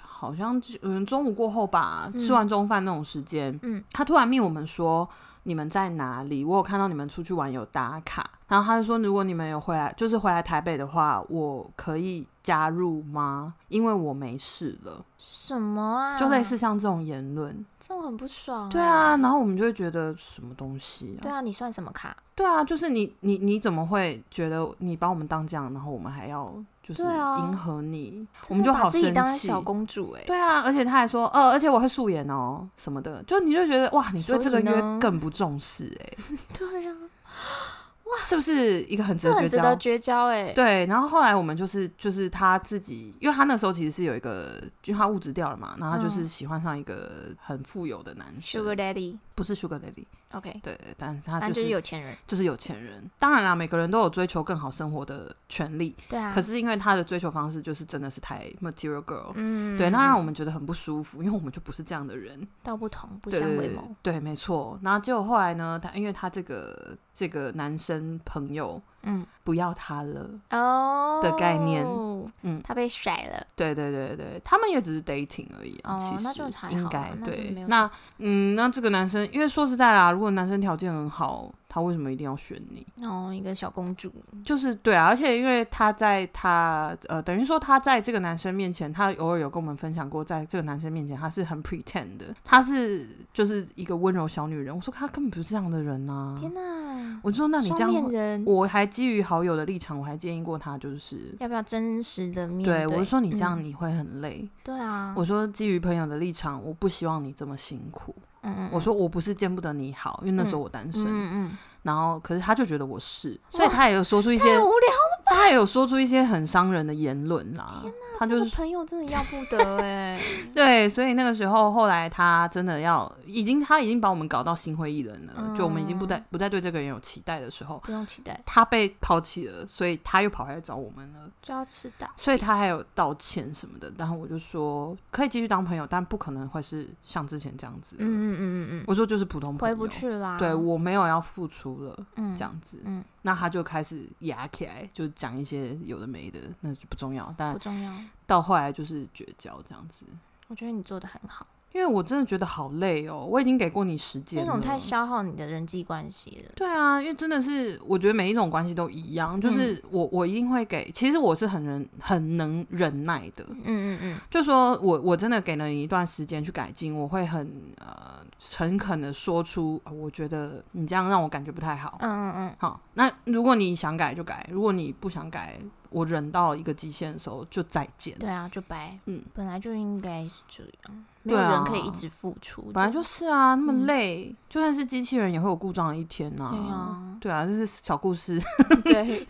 Speaker 1: 好像就嗯中午过后吧，
Speaker 2: 嗯
Speaker 1: 吃完中饭那种时间，
Speaker 2: 嗯，
Speaker 1: 他突然命我们说你们在哪里？我有看到你们出去玩有打卡，然后他就说如果你们有回来，就是回来台北的话，我可以加入吗？因为我没事了，
Speaker 2: 什么啊？
Speaker 1: 就类似像这种言论，
Speaker 2: 这种很不爽，欸
Speaker 1: 对啊，，然后我们就会觉得什么东西啊
Speaker 2: 哦对？啊，你算什么卡？
Speaker 1: 对啊，就是你你你怎么会觉得你把我们当这样，然后我们还要就是
Speaker 2: 对啊
Speaker 1: 迎合你，
Speaker 2: 真
Speaker 1: 我们
Speaker 2: 的
Speaker 1: 就
Speaker 2: 把
Speaker 1: 好
Speaker 2: 自己
Speaker 1: 生
Speaker 2: 当成
Speaker 1: 气。
Speaker 2: 小公主哎，
Speaker 1: 对啊，而且他还说，呃，而且我会素颜哦，什么的，就你就觉得哇，你对
Speaker 2: 所以
Speaker 1: 这个约
Speaker 2: 呢
Speaker 1: 更不重视哎、
Speaker 2: 对啊，
Speaker 1: 是不是一个很值
Speaker 2: 这
Speaker 1: 得
Speaker 2: 很
Speaker 1: 绝
Speaker 2: 值
Speaker 1: 交
Speaker 2: 得？绝交哎，
Speaker 1: 对，然后后来我们就是就是他自己，因为他那时候其实是有一个，就他物质掉了嘛，然后他就是
Speaker 2: 嗯
Speaker 1: 喜欢上一个很富有的男生，
Speaker 2: ，Sugar Daddy，OK，
Speaker 1: 不是 Sugar Daddy，对，但是他
Speaker 2: 反正
Speaker 1: 就
Speaker 2: 就是
Speaker 1: 是
Speaker 2: 有钱人，
Speaker 1: 就是有钱人。当然啦，每个人都有追求更好生活的权利，
Speaker 2: 对啊，
Speaker 1: 可是因为他的追求方式就是真的是太 material girl，、
Speaker 2: 嗯，
Speaker 1: 对，那让我们觉得很不舒服，因为我们就不是这样的人。
Speaker 2: 道不同不
Speaker 1: 对
Speaker 2: 相
Speaker 1: 对
Speaker 2: 为
Speaker 1: 对
Speaker 2: 谋，
Speaker 1: 对，没错。然后结果后来呢，他因为他这个这个男生朋友
Speaker 2: 嗯，
Speaker 1: 不要他了，
Speaker 2: 哦
Speaker 1: 的概念嗯
Speaker 2: 他被甩了，
Speaker 1: 对对对对，他们也只是 dating 而已、啊，
Speaker 2: 哦
Speaker 1: 其实
Speaker 2: 那就还好
Speaker 1: 应
Speaker 2: 啊
Speaker 1: 该
Speaker 2: 那就没
Speaker 1: 对
Speaker 2: 有。
Speaker 1: 那嗯，那这个男生，因为说实在啦，如果男生条件很好，他为什么一定要选你？
Speaker 2: 哦，一个小公主，
Speaker 1: 就是对啊，而且因为他在他呃，等于说他在这个男生面前，他偶尔有跟我们分享过，在这个男生面前他是很 pretend 的，他是就是一个温柔小女人。我说他根本不是这样的人啊！
Speaker 2: 天哪，
Speaker 1: 我就说那你这
Speaker 2: 双
Speaker 1: 样
Speaker 2: 面
Speaker 1: 会，
Speaker 2: 人
Speaker 1: 我还基于好友的立场，我还建议过他，就是
Speaker 2: 要不要真实的面
Speaker 1: 对
Speaker 2: 对？
Speaker 1: 我说你这样
Speaker 2: 嗯
Speaker 1: 你会很累。
Speaker 2: 对啊，
Speaker 1: 我说基于朋友的立场，我不希望你这么辛苦。
Speaker 2: 嗯嗯，
Speaker 1: 我说我不是见不得你好，因为那时候我单身。
Speaker 2: 嗯嗯
Speaker 1: 然后可是他就觉得我是，
Speaker 2: 哇
Speaker 1: 所以他也有说出一
Speaker 2: 嗯，
Speaker 1: 些
Speaker 2: 太无聊，
Speaker 1: 他也有说出一些很伤人的言论啦。他
Speaker 2: 这
Speaker 1: 就
Speaker 2: 个
Speaker 1: 是
Speaker 2: 朋友真的要不得哎，
Speaker 1: 对，所以那个时候后来他真的要已经他已经把我们搞到心灰意冷了，
Speaker 2: 嗯
Speaker 1: 就我们已经不再不再对这个人有期待的时候，
Speaker 2: 不用期待，
Speaker 1: 他被抛弃了，所以他又跑回来找我们了，
Speaker 2: 就要吃 到。
Speaker 1: 所以他还有道歉什么的。然后我就说可以继续当朋友，但不可能会是像之前这样子。
Speaker 2: 嗯嗯嗯嗯
Speaker 1: 我说就是普通
Speaker 2: 嗯，
Speaker 1: 朋
Speaker 2: 回
Speaker 1: 友，
Speaker 2: 不去啦。
Speaker 1: 对我没有要付出了。
Speaker 2: 嗯
Speaker 1: 这，样子，
Speaker 2: 嗯
Speaker 1: 那他就开始压起来，就讲一些有的没的，那就不重要。但
Speaker 2: 不重要。
Speaker 1: 到后来就是绝交这样子，
Speaker 2: 我觉得你做的很好，
Speaker 1: 因为我真的觉得好累哦，我已经给过你时间
Speaker 2: 那
Speaker 1: 了，
Speaker 2: 种太消耗你的人际关系了。
Speaker 1: 对啊，因为真的是，我觉得每一种关系都一样，就是
Speaker 2: 嗯
Speaker 1: 我、我一定会给，其实我是很忍很能忍耐的，
Speaker 2: 嗯嗯嗯，
Speaker 1: 就说我我真的给了你一段时间去改进，我会很呃诚恳的说出，呃我觉得你这样让我感觉不太好
Speaker 2: 嗯，嗯嗯，
Speaker 1: 好，那如果你想改就改，如果你不想改，我忍到一个极限的时候就再见。
Speaker 2: 对啊，就白，
Speaker 1: 嗯，
Speaker 2: 本来就应该是这样，没有
Speaker 1: 对啊
Speaker 2: 人可以一直付出的，
Speaker 1: 本来就是啊，那么
Speaker 2: 嗯
Speaker 1: 累，就算是机器人也会有故障的一天呐、
Speaker 2: 对啊，
Speaker 1: 对啊，这是小故事。
Speaker 2: 对，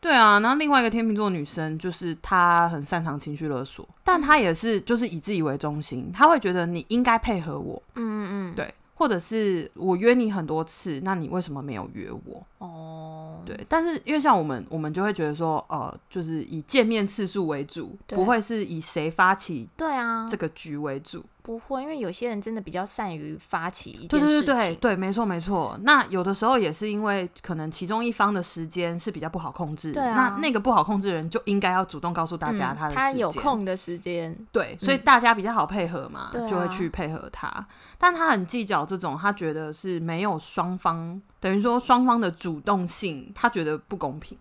Speaker 1: 对啊，然后另外一个天秤座女生，就是她很擅长情绪勒索，但她也是就是以自己为中心，她会觉得你应该配合我，
Speaker 2: 嗯嗯嗯，
Speaker 1: 对，或者是我约你很多次，那你为什么没有约我？
Speaker 2: 哦，
Speaker 1: 对，但是因为像我们，我们就会觉得说，呃，就是以见面次数为主，
Speaker 2: 对
Speaker 1: 不会是以谁发起
Speaker 2: 对啊，
Speaker 1: 这个局为主。
Speaker 2: 不会，因为有些人真的比较善于发起一
Speaker 1: 对
Speaker 2: 件
Speaker 1: 对
Speaker 2: 事
Speaker 1: 对对
Speaker 2: 情，
Speaker 1: 对，没错没错。那有的时候也是因为可能其中一方的时间是比较不好控制，
Speaker 2: 对啊
Speaker 1: 那那个不好控制的人就应该要主动告诉大家
Speaker 2: 嗯
Speaker 1: 他的时间、
Speaker 2: 他有空的时间，
Speaker 1: 对，所以
Speaker 2: 嗯
Speaker 1: 大家比较好配合嘛，
Speaker 2: 对啊
Speaker 1: 就会去配合他。但他很计较这种，他觉得是没有双方，等于说双方的主动性，他觉得不公 平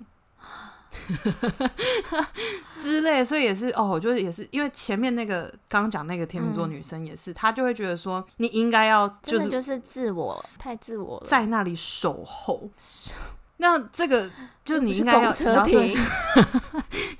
Speaker 1: 之类，所以也是哦，就是也是因为前面那个刚刚讲那个天秤座
Speaker 2: 嗯
Speaker 1: 女生也是，她就会觉得说你应该要就
Speaker 2: 真的
Speaker 1: 是
Speaker 2: 就是自我太自我了，
Speaker 1: 在那里守候。那这 个就你
Speaker 2: 不是
Speaker 1: 应该要
Speaker 2: 公
Speaker 1: 你
Speaker 2: 车
Speaker 1: 要对
Speaker 2: 停，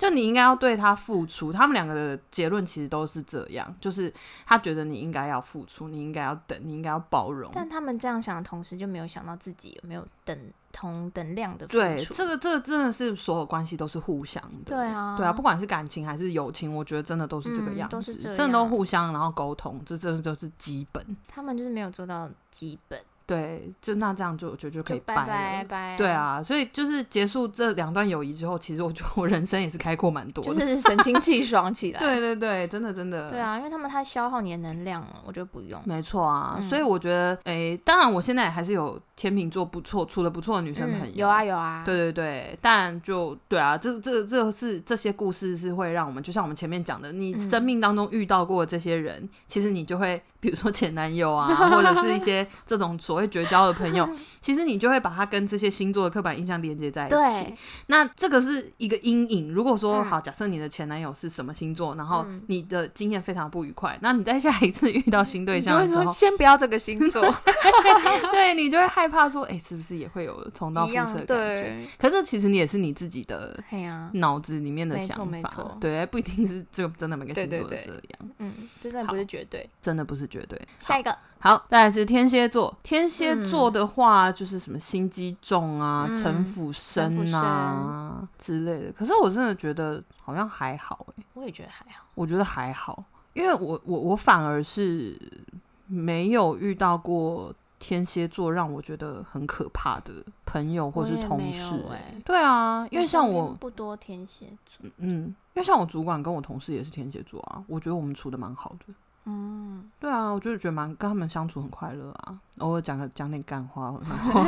Speaker 1: 就你应该要对他付出。他们两个的结论其实都是这样，就是他觉得你应该要付出，你应该要等，你应该要包容。
Speaker 2: 但他们这样想的同时，就没有想到自己有没有等同等量的付
Speaker 1: 对，
Speaker 2: 出，
Speaker 1: 这个这个真的是所有关系都是互相的。
Speaker 2: 对啊，
Speaker 1: 对啊，不管是感情还是友情，我觉得真的都是这个
Speaker 2: 嗯
Speaker 1: 样子，
Speaker 2: 都是这
Speaker 1: 真的都
Speaker 2: 样
Speaker 1: 互相，然后沟通，这真的就是基本。
Speaker 2: 他们就是没有做到基本，
Speaker 1: 对，就那这样就我觉得就可
Speaker 2: 就
Speaker 1: 以
Speaker 2: 拜
Speaker 1: 掰了
Speaker 2: 拜拜，
Speaker 1: 对， 啊，所以就是结束这两段友谊之后，其实我觉得我人生也是开阔蛮多的。
Speaker 2: 就是神清气爽起 来，
Speaker 1: 对对对，真的真的。
Speaker 2: 对啊，因为他们太消耗你的能量了，我觉得不用，
Speaker 1: 没错啊，
Speaker 2: 嗯
Speaker 1: 所以我觉得，诶、当然我现在还是有天秤座不错，处的不错的女生朋友、
Speaker 2: 嗯，有啊。有啊，
Speaker 1: 对对对，但就对啊，这这这是这些故事是会让我们，就像我们前面讲的，你
Speaker 2: 嗯
Speaker 1: 生命当中遇到过的这些人，其实你就会，比如说前男友啊， 或者是一些这种所谓绝交的朋友，其实你就会把它跟这些星座的刻板印象连接在一起。
Speaker 2: 对，
Speaker 1: 那这个是一个阴影。如果说、
Speaker 2: 嗯
Speaker 1: 好，假设你的前男友是什么星座，然后
Speaker 2: 嗯
Speaker 1: 你的经验非常不愉快，那你在下一次遇到新对
Speaker 2: 你就
Speaker 1: 象
Speaker 2: 会
Speaker 1: 的时候
Speaker 2: 说，先不要这个星 座，
Speaker 1: 对你就会害怕说，哎、是不是也会有重蹈覆
Speaker 2: 一
Speaker 1: 辙
Speaker 2: 样
Speaker 1: 的感觉？
Speaker 2: 对，
Speaker 1: 可是其实你也是你自己的
Speaker 2: 嘿呀，
Speaker 1: 脑子里面的
Speaker 2: 没
Speaker 1: 想
Speaker 2: 错没
Speaker 1: 法
Speaker 2: 错，
Speaker 1: 对，不一定是这个真的每个星座
Speaker 2: 对
Speaker 1: 都这
Speaker 2: 对
Speaker 1: 样，
Speaker 2: 对嗯，这真的不是绝对。
Speaker 1: 真的不是绝对。
Speaker 2: 下一个，
Speaker 1: 好，再来是天蝎座。天蝎座的话，就是什么心机重啊、
Speaker 2: 嗯
Speaker 1: 城府深啊之类的。可是我真的觉得好像还好、欸，
Speaker 2: 我也觉得还好，
Speaker 1: 我觉得还好，因为我我我反而是没有遇到过天蝎座让我觉得很可怕的朋友或
Speaker 2: 我
Speaker 1: 是
Speaker 2: 也
Speaker 1: 同
Speaker 2: 没
Speaker 1: 事、
Speaker 2: 有
Speaker 1: 欸
Speaker 2: 欸
Speaker 1: 对啊，因为像
Speaker 2: 身边
Speaker 1: 我，
Speaker 2: 不多天蝎座，
Speaker 1: 嗯，因为像我主管跟我同事也是天蝎座啊，我觉得我们处的蛮好的。
Speaker 2: 嗯，
Speaker 1: 对啊，我就是觉得蛮跟他们相处很快乐啊，偶尔讲个讲点干话， 然 后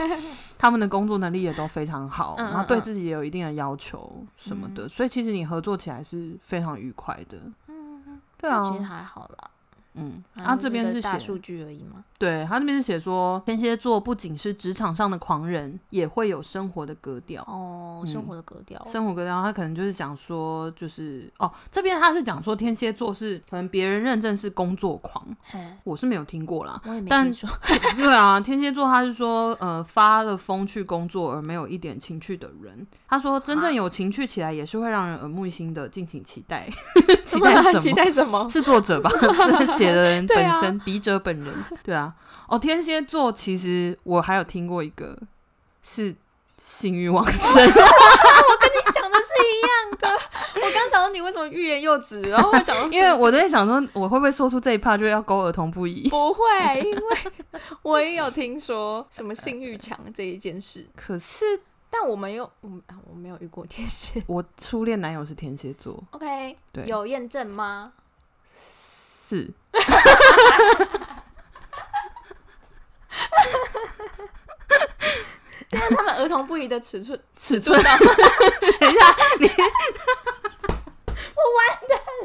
Speaker 1: 他们的工作能力也都非常好，
Speaker 2: 嗯嗯
Speaker 1: 然后对
Speaker 2: 嗯
Speaker 1: 自己也有一定的要求什么的，所以其实你合作起来是非常愉快的。
Speaker 2: 嗯
Speaker 1: 对啊
Speaker 2: 但，其实还好啦。
Speaker 1: 嗯，
Speaker 2: 反
Speaker 1: 啊
Speaker 2: 正
Speaker 1: 这边
Speaker 2: 就是个大
Speaker 1: 写
Speaker 2: 数，据而已嘛。
Speaker 1: 对他这边是写说天蝎座不仅是职场上的狂人，也会有生活的格调。
Speaker 2: 哦，
Speaker 1: 嗯
Speaker 2: 生活的格调，
Speaker 1: 生活格调，他可能就是讲说，就是哦，这边他是讲说天蝎座是可能别人认证是工作狂，
Speaker 2: 嘿
Speaker 1: 我是没有听过啦，
Speaker 2: 我也没
Speaker 1: 但
Speaker 2: 听说。
Speaker 1: 对啊，天蝎座他是说，呃，发了疯去工作而没有一点情趣的人。他说，真正有情趣起来也是会让人耳目一新的，敬请期待。 期待什么？
Speaker 2: 期待什么？
Speaker 1: 是作者 吧？这写的人
Speaker 2: 哦对
Speaker 1: 本
Speaker 2: 啊
Speaker 1: 身，笔者本人。对啊，哦，天蝎座其实我还有听过一个是性欲旺 盛，
Speaker 2: 你 想的是一样的。我刚想到你为什么欲言又止，然后我想说，
Speaker 1: 因为我在想说，我会不会说出这一趴就要勾儿童不宜？
Speaker 2: 不会，因为我也有听说什么性欲强这一件事，
Speaker 1: 可是
Speaker 2: 但我没有，我啊我没有遇过天蝎。
Speaker 1: 我初恋男友是天蝎座，
Speaker 2: OK，
Speaker 1: 对，
Speaker 2: 有验证吗？
Speaker 1: 是。
Speaker 2: 那他们儿童不宜的尺寸
Speaker 1: 尺
Speaker 2: 寸 到
Speaker 1: 等一下，你我完蛋了，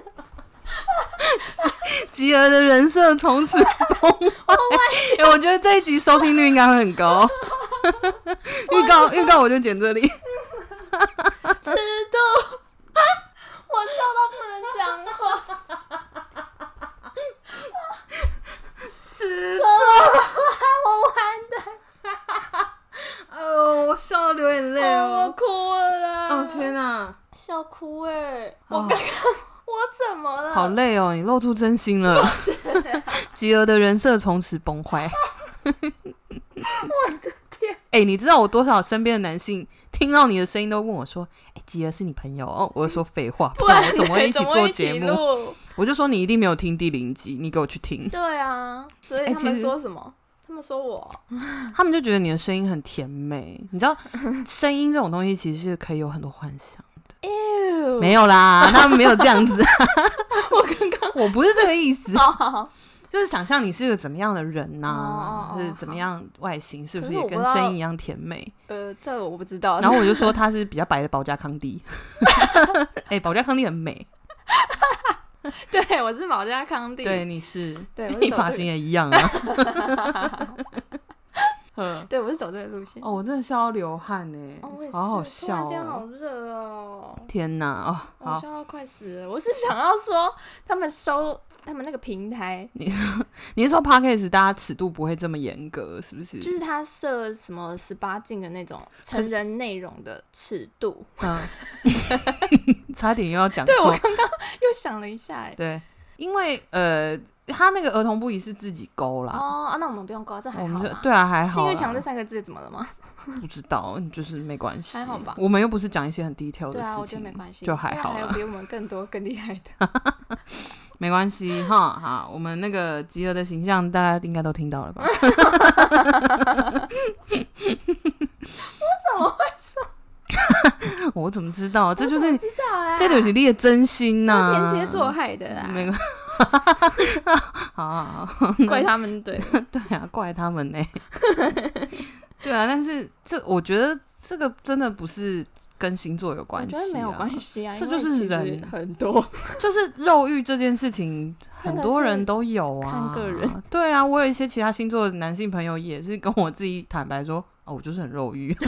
Speaker 1: 吉儿的人设从 此崩坏。哎、我觉得这一集收听率应该会很 高。预告预告我就剪这里，
Speaker 2: 尺度， 我笑到不能讲话。
Speaker 1: 吃
Speaker 2: 怎么办？我完蛋
Speaker 1: 哦，我笑到流眼泪
Speaker 2: 了，我。哭了啦！
Speaker 1: 哦天哪，
Speaker 2: 笑哭哎、我
Speaker 1: 哦
Speaker 2: 刚刚、我怎么了？
Speaker 1: 好累哦，你露出真心了。 吉儿的人设从此崩坏。
Speaker 2: 天，
Speaker 1: 哎、你知道我多少身边的男性听到你的声音都问我说：“哎、吉儿是你朋友哦？”我就说废话，
Speaker 2: 不
Speaker 1: 然
Speaker 2: 然
Speaker 1: 我怎么会一起
Speaker 2: 怎么
Speaker 1: 做
Speaker 2: 一起
Speaker 1: 节目？
Speaker 2: 录？
Speaker 1: 我就说你一定没有听第零集，你给我去听。
Speaker 2: 对啊，所以
Speaker 1: 哎
Speaker 2: 他
Speaker 1: 其
Speaker 2: 们
Speaker 1: 实
Speaker 2: 说什么？这么说我，
Speaker 1: 他们就觉得你的声音很甜美。你知道，声音这种东西其实是可以有很多幻想。没有啦，他们没有这样子。
Speaker 2: 嗯 我刚刚
Speaker 1: 我不是这个意思，
Speaker 2: 好好好
Speaker 1: 就是想象你是个怎么样的人呐、
Speaker 2: 哦哦哦
Speaker 1: 就是怎么样外形，是不
Speaker 2: 可
Speaker 1: 是
Speaker 2: 是
Speaker 1: 也
Speaker 2: 我不
Speaker 1: 跟
Speaker 2: 知道
Speaker 1: 声音一样甜美？
Speaker 2: 呃，这我不知道。
Speaker 1: 然后我就说他是比较白的保加康帝。哎、保加康帝很美，
Speaker 2: 对我是保加康帝，
Speaker 1: 对，你是，
Speaker 2: 对我是
Speaker 1: 你
Speaker 2: 走
Speaker 1: 发
Speaker 2: 这
Speaker 1: 型
Speaker 2: 个
Speaker 1: 也一样啊。 呃
Speaker 2: 对我是走这个路线。
Speaker 1: 哦，我真的笑到流汗呢、
Speaker 2: 哦，我也是，
Speaker 1: 好好
Speaker 2: 突
Speaker 1: 笑
Speaker 2: 然间好
Speaker 1: 哦！
Speaker 2: 热哦。
Speaker 1: 天哪，哦，
Speaker 2: 我
Speaker 1: 好，
Speaker 2: 笑到快死了！我是想要说，他们收他们那个平台，
Speaker 1: 你是说 podcast 大家尺度不会这么严格，是不是？
Speaker 2: 就是他设什么十八禁的那种成人内容的尺度。
Speaker 1: 嗯， 差点又要讲
Speaker 2: 对我
Speaker 1: 错，
Speaker 2: 刚刚又想了一下，哎，
Speaker 1: 对，因为呃，他那个儿童不宜是自己勾啦，
Speaker 2: 哦、啊，那我们不用挂，这还
Speaker 1: 我
Speaker 2: 好
Speaker 1: 们就
Speaker 2: 吧？
Speaker 1: 对啊，还好
Speaker 2: 性
Speaker 1: 啦。
Speaker 2: 欲强这三个字怎么了吗？
Speaker 1: 不知道，就是没关系，
Speaker 2: 还好吧
Speaker 1: 我们又不是讲一些很低 e
Speaker 2: 对
Speaker 1: 的
Speaker 2: 啊，我
Speaker 1: 事
Speaker 2: 觉
Speaker 1: 情，
Speaker 2: 得没关系，
Speaker 1: 就还
Speaker 2: 因为
Speaker 1: 好
Speaker 2: 还有
Speaker 1: 啦
Speaker 2: 比我们更多更厉害的。
Speaker 1: 没关系哈。好，我们那个吉儿的形象，大家应该都听到了吧？
Speaker 2: 怎么会？
Speaker 1: 我怎么知道？ 这就
Speaker 2: 我
Speaker 1: 是
Speaker 2: 知道啦，
Speaker 1: 这就是你的真心呐、
Speaker 2: 都是天蝎座害的啦，
Speaker 1: 没关 好好好，
Speaker 2: 怪他们对。
Speaker 1: 对啊，怪他们呢、 对啊，但是这我觉得这个真的不是跟星座有
Speaker 2: 我
Speaker 1: 关系、
Speaker 2: 觉
Speaker 1: 啊，
Speaker 2: 得没有关系啊，
Speaker 1: 这
Speaker 2: 因
Speaker 1: 就
Speaker 2: 为
Speaker 1: 是
Speaker 2: 其实
Speaker 1: 人
Speaker 2: 很多，
Speaker 1: 就是肉欲这件事情，
Speaker 2: 那
Speaker 1: 很
Speaker 2: 个
Speaker 1: 多
Speaker 2: 是
Speaker 1: 人都有啊。
Speaker 2: 看个人。
Speaker 1: 对啊，我有一些其他星座的男性朋友也是跟我自己坦白说，哦，我就是很肉欲。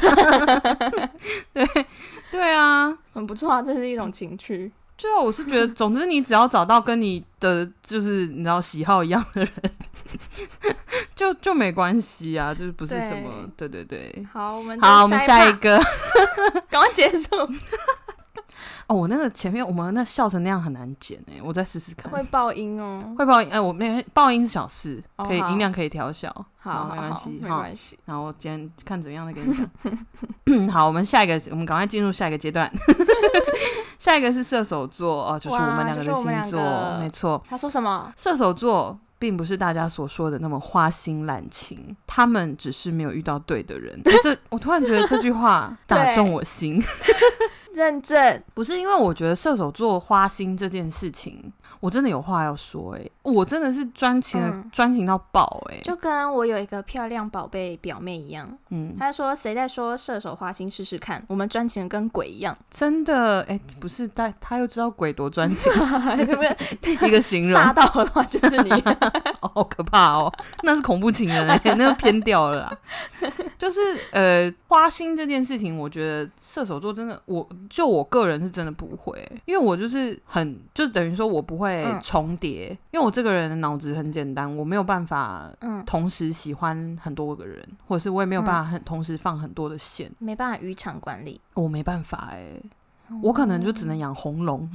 Speaker 1: 对对啊，
Speaker 2: 很不错啊，这是一种情趣。
Speaker 1: 对啊，我是觉 得，总之你只要找到跟你的就是你知道喜好一样的人， 就就没关系啊，就是不是什么，对对对。
Speaker 2: 好，我们
Speaker 1: 好，我们下一
Speaker 2: 个，
Speaker 1: 个。
Speaker 2: 赶快结束，
Speaker 1: 哦，我那个前面我们那笑成那样很难剪哎、我再试试看。
Speaker 2: 会爆音哦。
Speaker 1: 会爆音哎、我那个爆音是小事，
Speaker 2: 哦
Speaker 1: 可以
Speaker 2: 好
Speaker 1: 音量可以调小。
Speaker 2: 好，
Speaker 1: 没
Speaker 2: 好
Speaker 1: 关
Speaker 2: 好
Speaker 1: 系，
Speaker 2: 没
Speaker 1: 哈
Speaker 2: 关系。
Speaker 1: 然后我今天看怎么样的给你讲。 好，我们下一个，我们赶快进入下一个阶段。 下一个是射手座哦，就是
Speaker 2: 哇
Speaker 1: 我们两个
Speaker 2: 就
Speaker 1: 的
Speaker 2: 是我
Speaker 1: 星
Speaker 2: 们两
Speaker 1: 座，
Speaker 2: 个
Speaker 1: 没错。
Speaker 2: 他说什么？
Speaker 1: 射手座并不是大家所说的那么花心滥情，他们只是没有遇到对的人。诶这我突然觉得这句话 打
Speaker 2: 对
Speaker 1: 中我心。
Speaker 2: 认证
Speaker 1: 不是因为我觉得射手座花心这件事情，我真的有话要说哎、我真的是专情的
Speaker 2: 嗯
Speaker 1: 专、情到爆哎、
Speaker 2: 就跟我有一个漂亮宝贝表妹一样，
Speaker 1: 嗯，
Speaker 2: 她说谁在说射手花心试试看，我们专情的跟鬼一样，
Speaker 1: 真的哎、不是但他又知道鬼多专 情，
Speaker 2: 是不是？
Speaker 1: 一个形容
Speaker 2: 杀到的话就是 你，
Speaker 1: 哦，好可怕哦，那是恐怖情人、欸， 那个偏掉 了啦。就是呃，花心这件事情，我觉得射手座真的，我就我个人是真的不会，因为我就是很就等于说我不会
Speaker 2: 嗯
Speaker 1: 重叠，因为我这个人的脑子很简单，我没有办法
Speaker 2: 嗯，
Speaker 1: 同时喜欢很多个人，或者是我也没有办法很、同时放很多的线，
Speaker 2: 没办法渔场管理，嗯
Speaker 1: 我没办法哎、
Speaker 2: 欸
Speaker 1: 我可能就只能养红龙，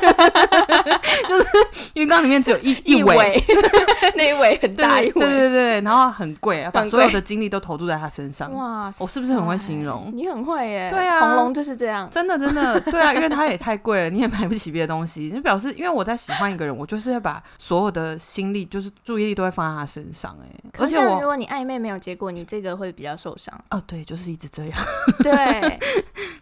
Speaker 1: 就是鱼缸里面只有一一尾，
Speaker 2: 尾， 那一尾很
Speaker 1: 对
Speaker 2: 大一
Speaker 1: 对对
Speaker 2: 尾，
Speaker 1: 对对，然后很贵，把
Speaker 2: 很贵
Speaker 1: 所有的精力都投注在他身上，
Speaker 2: 哇塞，
Speaker 1: 我是不是很会形容？
Speaker 2: 你很会耶，
Speaker 1: 对啊
Speaker 2: 红龙就是这样，
Speaker 1: 真的，真的，对啊，因为它也太贵了，你也买不起别的东西。就表示，因为我在喜欢一个人，我就是要把所有的心力，就是注意力都会放在他身上、欸。哎，而且
Speaker 2: 可是这样如
Speaker 1: 我，
Speaker 2: 果你暧昧没有结果，你这个会比较 受伤。
Speaker 1: 哦，对，就是一直这样。
Speaker 2: 对，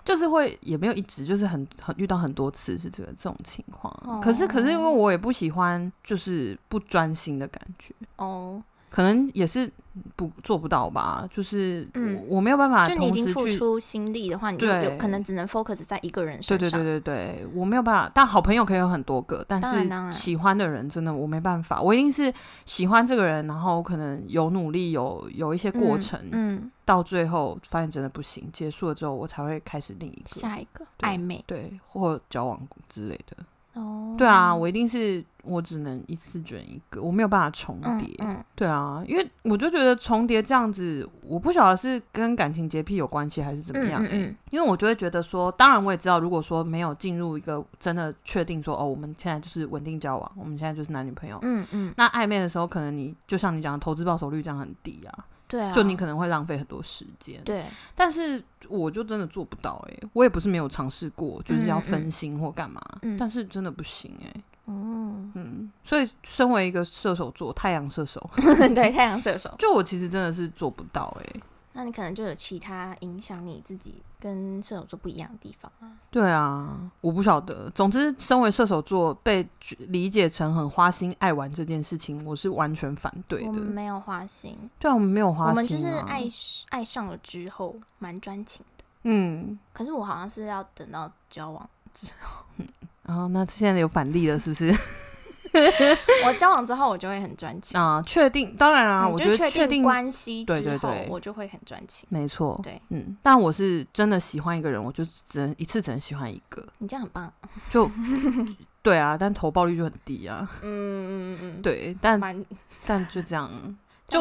Speaker 1: 就是会也没有一直，就是很很遇到很多次是这个这种情况。啊
Speaker 2: 哦
Speaker 1: 可是可是因为我也不喜欢就是不专心的感觉，
Speaker 2: 哦，
Speaker 1: 可能也是不做不到吧。就是我,、
Speaker 2: 嗯
Speaker 1: 我没有办法
Speaker 2: 就你已
Speaker 1: 同
Speaker 2: 经
Speaker 1: 时
Speaker 2: 付
Speaker 1: 去。
Speaker 2: 出心力的话，你就
Speaker 1: 对
Speaker 2: 有可能只能 focus 在一个人
Speaker 1: 对
Speaker 2: 身
Speaker 1: 对
Speaker 2: 上。
Speaker 1: 对对对，我没有办法。但好朋友可以有很多个，但
Speaker 2: 当然当然
Speaker 1: 是喜欢的人真的我没办法。我一定是喜欢这个人，然后可能有努力，有有一些过程，
Speaker 2: 嗯，
Speaker 1: 到最后发现真的不行，结束了之后，我才会开始另一个
Speaker 2: 下一个
Speaker 1: 对
Speaker 2: 暧昧
Speaker 1: 对或交往之类的。
Speaker 2: 哦，
Speaker 1: 对啊，我一定是我只能一次选一个，我没有办法重
Speaker 2: 嗯
Speaker 1: 叠。
Speaker 2: 嗯，
Speaker 1: 对啊，因为我就觉得重叠这样子，我不晓得是跟感情洁癖有关系还是怎么样、
Speaker 2: 嗯
Speaker 1: 欸
Speaker 2: 嗯
Speaker 1: 因为我就会觉得说，当然我也知道，如果说没有进入一个真的确定说哦，我们现在就是稳定交往，我们现在就是男女朋友。
Speaker 2: 嗯嗯嗯，
Speaker 1: 那暧昧的时候，可能你就像你讲的，投资报酬率这样很低啊，
Speaker 2: 对啊，
Speaker 1: 就你可能会浪费很多时间。
Speaker 2: 对，
Speaker 1: 但是我就真的做不到哎、欸我也不是没有尝试过，就是要
Speaker 2: 嗯嗯
Speaker 1: 分心或干嘛，
Speaker 2: 嗯
Speaker 1: 但是真的不行哎、欸
Speaker 2: 嗯，
Speaker 1: 嗯，所以，身为一个射手座，太阳射手，
Speaker 2: 对，太阳射手，
Speaker 1: 就我其实真的是做不到哎、
Speaker 2: 那你可能就有其他影响你自己跟射手座不一样的地方啊。
Speaker 1: 对啊，我不晓得。总之，身为射手座被举理解成很花心爱玩这件事情，我是完全反对
Speaker 2: 我
Speaker 1: 的
Speaker 2: 们。没有花心，
Speaker 1: 对啊，我们没有花心、啊，
Speaker 2: 我们就是爱爱上了之后蛮专情的。
Speaker 1: 嗯。
Speaker 2: 可是我好像是要等到交往，
Speaker 1: 然后、那现在有反例了，是不 是？
Speaker 2: 我交往之后我就会很专情。
Speaker 1: 啊，确定，当然 啊，
Speaker 2: 嗯
Speaker 1: 我觉
Speaker 2: 就
Speaker 1: 得
Speaker 2: 确
Speaker 1: 确定，
Speaker 2: 关系
Speaker 1: 对对
Speaker 2: 之后
Speaker 1: 对，
Speaker 2: 我就会很专情。
Speaker 1: 没错，
Speaker 2: 对
Speaker 1: 嗯。但我是真的喜欢一个人，我就只能一次只能喜欢一个，
Speaker 2: 你这样很棒。啊
Speaker 1: 就对啊。但投报率就很低啊，
Speaker 2: 嗯嗯 嗯，
Speaker 1: 对。但
Speaker 2: 蛮
Speaker 1: 但就这样，
Speaker 2: 但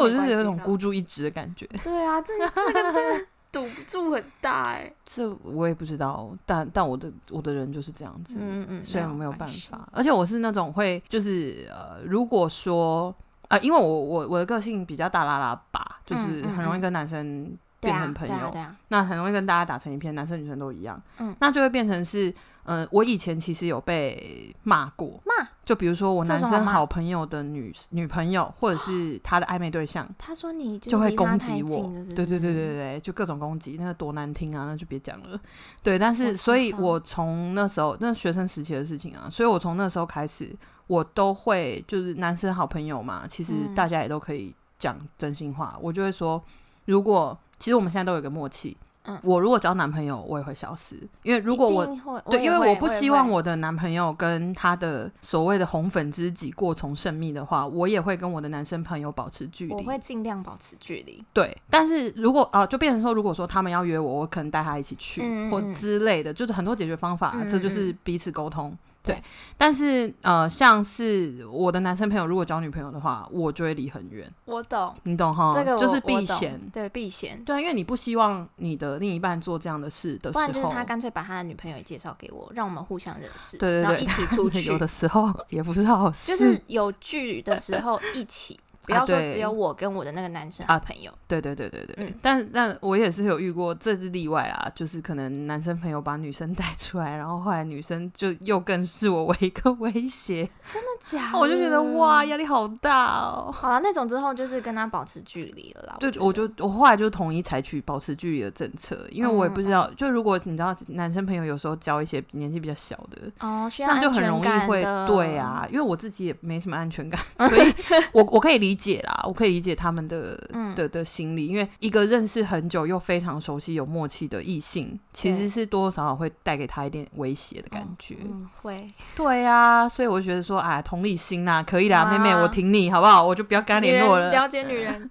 Speaker 1: 就我
Speaker 2: 没
Speaker 1: 就是
Speaker 2: 关
Speaker 1: 有一
Speaker 2: 系
Speaker 1: 种
Speaker 2: 的
Speaker 1: 孤注一掷的感觉。
Speaker 2: 对啊，这个这个真的赌注很大哎、
Speaker 1: 这我也不知道，但但我的我的人就是这样子，
Speaker 2: 嗯嗯，
Speaker 1: 所以我没有办
Speaker 2: 关系
Speaker 1: 法。而且我是那种会就是呃，如果说呃，因为我我我的个性比较大拉拉吧，就是
Speaker 2: 嗯嗯
Speaker 1: 很容易
Speaker 2: 嗯
Speaker 1: 跟男生
Speaker 2: 对
Speaker 1: 变
Speaker 2: 啊
Speaker 1: 成朋友，
Speaker 2: 对啊对啊，
Speaker 1: 那很容易跟大家打成一片，男生女生都一样。
Speaker 2: 嗯
Speaker 1: 那就会变成是呃，我以前其实有被骂过，
Speaker 2: 骂
Speaker 1: 就比如说我
Speaker 2: 这
Speaker 1: 男
Speaker 2: 有什么
Speaker 1: 生
Speaker 2: 好骂哦
Speaker 1: 好朋友的女女朋友，或者是他的暧昧对象。
Speaker 2: 他说你就
Speaker 1: 就会
Speaker 2: 离他
Speaker 1: 攻
Speaker 2: 太
Speaker 1: 击我
Speaker 2: 近了，
Speaker 1: 对对对对
Speaker 2: 对，
Speaker 1: 对，就各种攻击，那个多难听啊，那就别讲了。对，但
Speaker 2: 我
Speaker 1: 是
Speaker 2: 知
Speaker 1: 所以，
Speaker 2: 道
Speaker 1: 我从那时候那学生时期的事情啊，所以我从那时候开始，我都会就是男生好朋友嘛，其实
Speaker 2: 嗯
Speaker 1: 大家也都可以讲真心话，我就会说，如果其实我们现在都有一个默契，
Speaker 2: 嗯
Speaker 1: 我如果交男朋友，我也会消失，因为如果
Speaker 2: 一
Speaker 1: 我
Speaker 2: 定会
Speaker 1: 对，
Speaker 2: 也
Speaker 1: 因为
Speaker 2: 会
Speaker 1: 我不
Speaker 2: 也
Speaker 1: 希望
Speaker 2: 会
Speaker 1: 我的男朋友跟他的所谓的红粉知己过从甚密的话，我也会跟我的男生朋友保持距离。
Speaker 2: 我会尽量保持距离，
Speaker 1: 对，但是如果啊、就变成说，如果说他们要约我，我可能带他一起去、
Speaker 2: 嗯嗯
Speaker 1: 或
Speaker 2: 嗯
Speaker 1: 之类的，就是很多解决方法，啊
Speaker 2: 嗯
Speaker 1: 这就
Speaker 2: 嗯
Speaker 1: 是彼此沟通。对
Speaker 2: 对，
Speaker 1: 但是呃，像是我的男生朋友如果交女朋友的话，我就会离很远，
Speaker 2: 我懂
Speaker 1: 你懂哈？
Speaker 2: 这个
Speaker 1: 哦就
Speaker 2: 我
Speaker 1: 是
Speaker 2: 我
Speaker 1: 避
Speaker 2: 懂
Speaker 1: 嫌。
Speaker 2: 对避嫌，
Speaker 1: 对啊，因为你不希望你的另一半做这样的事的时
Speaker 2: 不
Speaker 1: 候，
Speaker 2: 然就是他干脆把他的女朋友也介绍给我，让我们互相认识，
Speaker 1: 对对
Speaker 2: 然后
Speaker 1: 对
Speaker 2: 一起出去
Speaker 1: 有，的时候也不是好事。
Speaker 2: 就是有聚的时候一起，不
Speaker 1: 啊
Speaker 2: 要说
Speaker 1: 对
Speaker 2: 只有我跟我的那个男生
Speaker 1: 啊
Speaker 2: 好朋友，
Speaker 1: 对对对对对，
Speaker 2: 嗯
Speaker 1: 但但我也是有遇过，这是例外啦，就是可能男生朋友把女生 带出来，然后后来女生就又更视我为一个威胁，
Speaker 2: 真的假的？
Speaker 1: 我就觉得哇， 压力好大哦。
Speaker 2: 好了，那种之后就是跟他保持距离了啦。
Speaker 1: 对，
Speaker 2: 觉
Speaker 1: 我
Speaker 2: 得
Speaker 1: 就我后来就统一采取保持距离的政策，因为我也不知道，就如果你知道男生朋友有时候交一些年纪比较小的，
Speaker 2: 哦，需要
Speaker 1: 那就很
Speaker 2: 安
Speaker 1: 容
Speaker 2: 全
Speaker 1: 易
Speaker 2: 感
Speaker 1: 会
Speaker 2: 的
Speaker 1: 对，啊，因为我自己也没什么安全感， 所以我我可以理解啦，我可以理解他们的
Speaker 2: 嗯，
Speaker 1: 的的心理，因为一个认识很久又非常熟悉、有默契的异性，其实是多多少少会带给他一点威胁的感觉。
Speaker 2: 嗯，会
Speaker 1: 对啊，所以我就觉得说，哎，同理心啦、可以啦，
Speaker 2: 啊
Speaker 1: 妹妹，我挺你好不好？我就不要跟他
Speaker 2: 女
Speaker 1: 联络
Speaker 2: 人
Speaker 1: 了。
Speaker 2: 了解女人，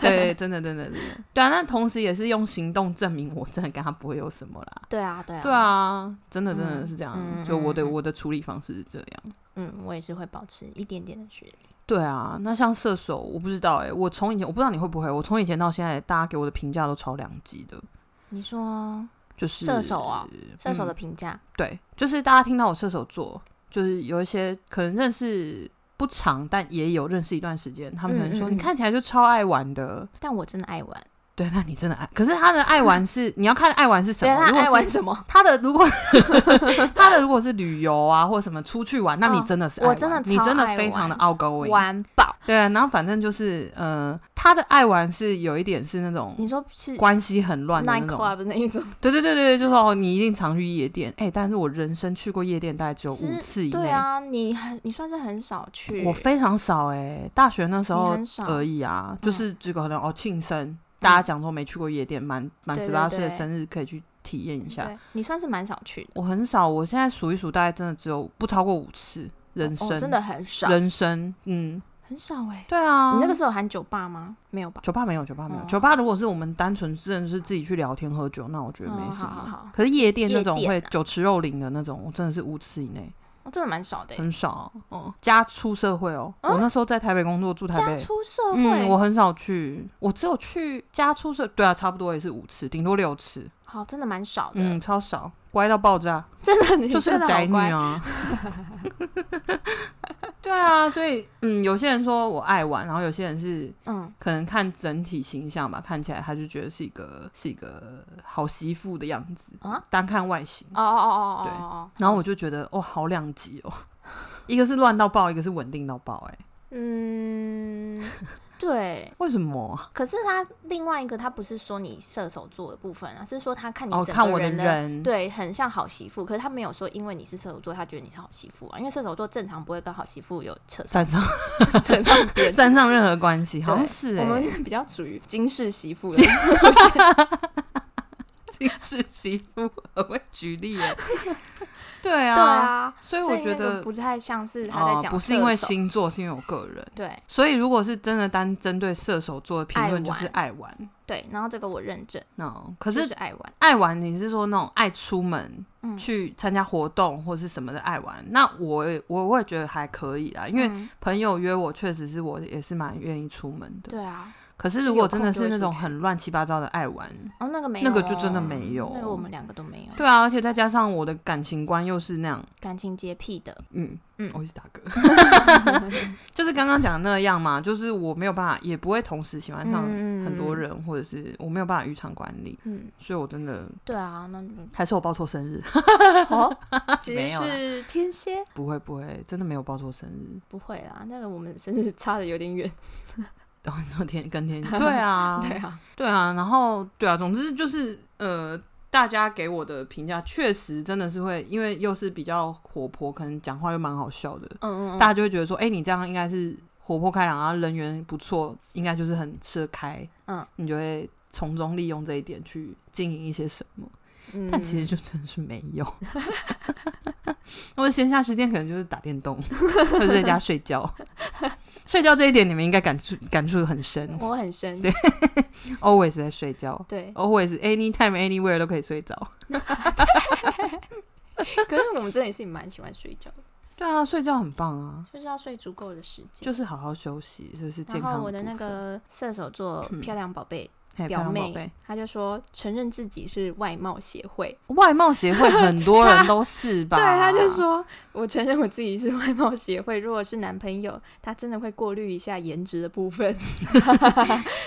Speaker 1: 对，真的，真的，真的，对啊。那同时也是用行动证明我真的跟他不会有什么啦。
Speaker 2: 对啊，对啊，
Speaker 1: 对，啊，真的，真的
Speaker 2: 嗯
Speaker 1: 是这样。
Speaker 2: 嗯
Speaker 1: 就我的
Speaker 2: 嗯嗯
Speaker 1: 我的处理方式是这样。
Speaker 2: 嗯，我也是会保持一点点的距离。
Speaker 1: 对啊，那像射手，我不知道哎、我从以前我不知道你会不会，我从以前到现在，大家给我的评价都超两极的，
Speaker 2: 你
Speaker 1: 嗯
Speaker 2: 说
Speaker 1: 就是
Speaker 2: 射手啊、射
Speaker 1: 嗯
Speaker 2: 手的评价，
Speaker 1: 对，就是大家听到我射手座，就是有一些可能认识不长，但也有认识一段时间，他们可能说、
Speaker 2: 嗯嗯嗯
Speaker 1: 你看起来就超爱玩的。
Speaker 2: 但我真的爱玩，
Speaker 1: 对，那你真的爱，可是他的爱玩是你要看爱玩是什
Speaker 2: 对啊
Speaker 1: 么。
Speaker 2: 他
Speaker 1: 如果
Speaker 2: 爱
Speaker 1: 是
Speaker 2: 玩什么？
Speaker 1: 他的如果他的如果是旅游啊或者什么出去玩，那你
Speaker 2: 嗯
Speaker 1: 真的是爱
Speaker 2: 我
Speaker 1: 玩、
Speaker 2: 真的
Speaker 1: 你
Speaker 2: 超
Speaker 1: 真的
Speaker 2: 爱
Speaker 1: 非常的
Speaker 2: 玩
Speaker 1: outgoing。
Speaker 2: 玩爆！
Speaker 1: 对啊，然后反正就是呃，他的爱玩是有一点是那种
Speaker 2: 你说是
Speaker 1: 关系很乱的
Speaker 2: night
Speaker 1: 那种。
Speaker 2: club 的那一种？
Speaker 1: 对对对对，对就是哦，你一定常去夜店，哎、但是我人生去过夜店大概只有
Speaker 2: 其
Speaker 1: 五
Speaker 2: 实
Speaker 1: 次以内，
Speaker 2: 对啊，你很你算是很少去，
Speaker 1: 我非常少哎、大学那时
Speaker 2: 你
Speaker 1: 候
Speaker 2: 很少嗯
Speaker 1: 而已啊，就是这个可能哦庆生，大家讲说没去过夜店，满满
Speaker 2: 对
Speaker 1: 十
Speaker 2: 对
Speaker 1: 八岁的
Speaker 2: 对
Speaker 1: 生日可以去体验一下。
Speaker 2: 对，你算是蛮少去的，
Speaker 1: 我很少，我现在数一数，大概真的只有不超过五次人
Speaker 2: 哦
Speaker 1: 生，
Speaker 2: 真的很少，
Speaker 1: 人生，嗯，
Speaker 2: 很少哎。
Speaker 1: 对啊，
Speaker 2: 你那个时候喊酒吧吗？没有吧？
Speaker 1: 酒吧没有，酒吧没有。
Speaker 2: 哦
Speaker 1: 酒吧如果是我们单纯真的是自己去聊天喝酒，那我觉得没什么。
Speaker 2: 哦好好好
Speaker 1: 可是夜店那种
Speaker 2: 夜
Speaker 1: 会
Speaker 2: 店啊
Speaker 1: 酒池肉林的那种，我真的是五次以内
Speaker 2: 哦真的蛮少的欸。
Speaker 1: 很少。嗯，家出社会哦，我那时候在台北工作，住台
Speaker 2: 家
Speaker 1: 北。
Speaker 2: 出社
Speaker 1: 嗯，我
Speaker 2: 会，
Speaker 1: 很少去，我只有去家出社，对啊，差不多也是五次，顶多六次，
Speaker 2: 好，真的蛮少的，
Speaker 1: 嗯，超少，乖到爆炸，
Speaker 2: 真的，你
Speaker 1: 就是
Speaker 2: 真
Speaker 1: 个
Speaker 2: 的好
Speaker 1: 宅女
Speaker 2: 乖。
Speaker 1: 啊。 对啊，所以嗯，有些人说我爱玩，然后有些人是
Speaker 2: 嗯，
Speaker 1: 可能看整体形象吧，看起来他就觉得是一个是一个好媳妇的样子
Speaker 2: 啊，
Speaker 1: 单看外形。
Speaker 2: 哦哦哦哦哦哦，
Speaker 1: 然后我就觉得哇、好两极哦， 一个是乱到爆，一个是稳定到爆、哎，
Speaker 2: 嗯，对。
Speaker 1: 为什么？
Speaker 2: 可是他另外一个，他不是说你射手座的部分啊，是说他看你
Speaker 1: 哦，
Speaker 2: 整
Speaker 1: 看
Speaker 2: 个
Speaker 1: 我的
Speaker 2: 人的
Speaker 1: 人，
Speaker 2: 对，很像好媳妇，可是他没有说，因为你是射手座，他觉得你是好媳妇啊，因为射手座正常不会跟好媳妇有 扯
Speaker 1: 沾
Speaker 2: 上
Speaker 1: 上。
Speaker 2: 扯上边
Speaker 1: 沾上任何关系，
Speaker 2: 对
Speaker 1: 好像是
Speaker 2: 我
Speaker 1: 哎、
Speaker 2: 们
Speaker 1: 欸，
Speaker 2: 是比较属于金氏媳妇
Speaker 1: 啊
Speaker 2: 的
Speaker 1: 金 氏媳妇很会举例哎、 对
Speaker 2: 对
Speaker 1: 啊，
Speaker 2: 啊，
Speaker 1: 所以
Speaker 2: 所
Speaker 1: 我
Speaker 2: 以
Speaker 1: 觉
Speaker 2: 那个
Speaker 1: 得
Speaker 2: 不太像是他在
Speaker 1: 哦
Speaker 2: 讲、，
Speaker 1: 不是因为，星座，是因为我个人。
Speaker 2: 对
Speaker 1: 所以如果是真的单针对射手座的评论，
Speaker 2: 爱玩
Speaker 1: 就是爱玩。
Speaker 2: 对，然后这个我认证，
Speaker 1: no，可
Speaker 2: 就是是爱玩，
Speaker 1: 爱玩，你是说那种爱出门、
Speaker 2: 嗯
Speaker 1: 去参加活动或是什么的爱玩？那我也我我也觉得还可以啊，因为
Speaker 2: 嗯
Speaker 1: 朋友约我，确实是我也是蛮愿意出门的。
Speaker 2: 对啊，
Speaker 1: 可是如果真的
Speaker 2: 就是有
Speaker 1: 那
Speaker 2: 空就会
Speaker 1: 种
Speaker 2: 出去
Speaker 1: 很乱七八糟的爱玩，
Speaker 2: 哦那个没
Speaker 1: 那
Speaker 2: 有哦，
Speaker 1: 个就真的没有。
Speaker 2: 那个我们两个都没有，
Speaker 1: 对啊，而且再加上我的感情观又是那样，
Speaker 2: 感情洁癖的，
Speaker 1: 嗯
Speaker 2: 嗯
Speaker 1: 我是打嗝， 就是刚刚讲的那样嘛，就是我没有办法，也不会同时喜欢上
Speaker 2: 嗯
Speaker 1: 很多，人，或者是我没有办法渔场管理，
Speaker 2: 嗯，
Speaker 1: 所以我真的
Speaker 2: 对啊，那就
Speaker 1: 还是我报错生日，
Speaker 2: 哦，其
Speaker 1: 没
Speaker 2: 实
Speaker 1: 有啦
Speaker 2: 是天蝎，
Speaker 1: 不会不会，真的没有报错生日，
Speaker 2: 不会啦，那个我们甚至差的有点远，
Speaker 1: 哦然后你说天跟天， 对啊
Speaker 2: 对 啊，
Speaker 1: 对啊，然后对啊，总之就是呃。大家给我的评价确实真的是会，因为又是比较活泼，可能讲话又蛮好笑的，
Speaker 2: 嗯嗯嗯，
Speaker 1: 大家就会觉得说，哎、你这样应该是活泼开朗，然后人缘不错，应该就是很吃得开。
Speaker 2: 嗯，
Speaker 1: 你就会从中利用这一点去经营一些什么，
Speaker 2: 嗯
Speaker 1: 但其实就真的是没有。 我闲暇时间可能就是打电动，或者在家睡觉。 睡觉这一点你们应该感触感触很 深
Speaker 2: 我很深，
Speaker 1: 对，always 在睡觉
Speaker 2: 对，
Speaker 1: ，always anytime anywhere 都可以睡着。
Speaker 2: 可是我们真的是蛮喜欢睡觉的，
Speaker 1: 对啊，睡觉很棒啊，
Speaker 2: 就是要睡足够的时间。
Speaker 1: 就是好好休息，就是健
Speaker 2: 然
Speaker 1: 康
Speaker 2: 后我的
Speaker 1: 部
Speaker 2: 那
Speaker 1: 分
Speaker 2: 个射手座
Speaker 1: 嗯
Speaker 2: 漂亮宝贝
Speaker 1: 嘿漂
Speaker 2: 表
Speaker 1: 亮宝
Speaker 2: 妹
Speaker 1: 贝，
Speaker 2: 她就说承认自己是外貌协会，
Speaker 1: 外貌协会很多人都是吧？
Speaker 2: 对，她就说我承认我自己是外貌协会，如果是男朋友，他真的会过滤一下颜值的部分。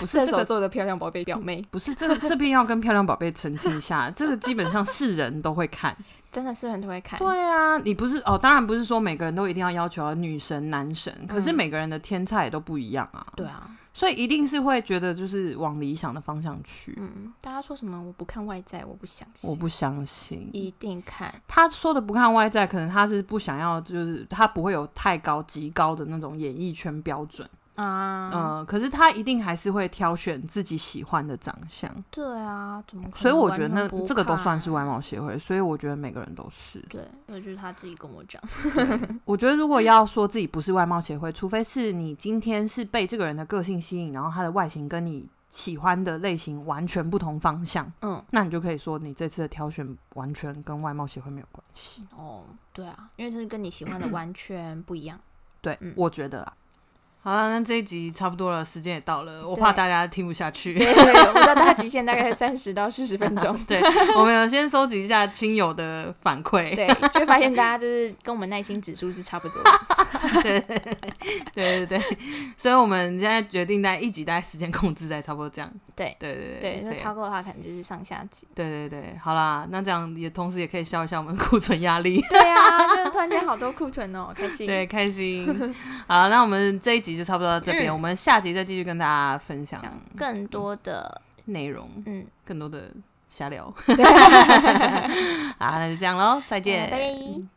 Speaker 1: 不是
Speaker 2: 射
Speaker 1: 这
Speaker 2: 手
Speaker 1: 个，
Speaker 2: 座的漂亮宝贝表妹
Speaker 1: 不是这个，这边要跟漂亮宝贝澄清一下，这个基本上是人都会看。
Speaker 2: 真的是很会看，
Speaker 1: 对啊，你不是哦，当然不是说每个人都一定要要求要女神男神，可是每个人的天菜也都不一样啊。
Speaker 2: 嗯对，啊，
Speaker 1: 所以一定是会觉得就是往理想的方向去。
Speaker 2: 嗯，大家说什么我不看外在，我不相信，
Speaker 1: 我不相信。
Speaker 2: 一定看，
Speaker 1: 他说的不看外在，可能他是不想要，就是他不会有太高、极高的那种演艺圈标准，
Speaker 2: 啊，
Speaker 1: 嗯、可是他一定还是会挑选自己喜欢的长相。
Speaker 2: 对啊，怎么可能？。
Speaker 1: 所以我觉得那这个都算是外。貌协会，所以我觉得每个人都是
Speaker 2: 对，那就是他自己跟我 讲。
Speaker 1: 我觉得如果要说自己不是外貌协会，除非是你今天是被这个人的个性吸引，然后他的外形跟你喜欢的类型完全不同方向，
Speaker 2: 嗯，
Speaker 1: 那你就可以说你这次的挑选完全跟外貌协会没有关系。
Speaker 2: 哦，对啊，因为这是跟你喜欢的完全不 一样。
Speaker 1: 对，
Speaker 2: 嗯
Speaker 1: 我觉得啦。好了，那这一集差不多了，时间也到了，我
Speaker 2: 对
Speaker 1: 怕大家听不下 去。
Speaker 2: 对，我知道大家极限大概三十到四十 分钟。
Speaker 1: 对，我们有先收集一下亲友的反馈。
Speaker 2: 对，就会发现大家就是跟我们耐心指数是差不多的。
Speaker 1: 对 对对对， 所以我们现在决定在一集大概时间控制在差不多这样。
Speaker 2: 对
Speaker 1: 对 对
Speaker 2: 对，
Speaker 1: 所
Speaker 2: 那
Speaker 1: 以。
Speaker 2: 超过的话可能就是上下集
Speaker 1: 对对对，好啦，那这样也同时也可以消一下我们的库存压 力，
Speaker 2: 对啊，就是突然间好多库存哦，开心。
Speaker 1: 对，开心。好，那我们这一集就差不多到这边，
Speaker 2: 嗯
Speaker 1: 我们下集再继续跟大家分享
Speaker 2: 讲更多的，呃
Speaker 1: 内容，
Speaker 2: 嗯，
Speaker 1: 更多的瞎聊。好，那就这样喽，再见，
Speaker 2: 拜拜。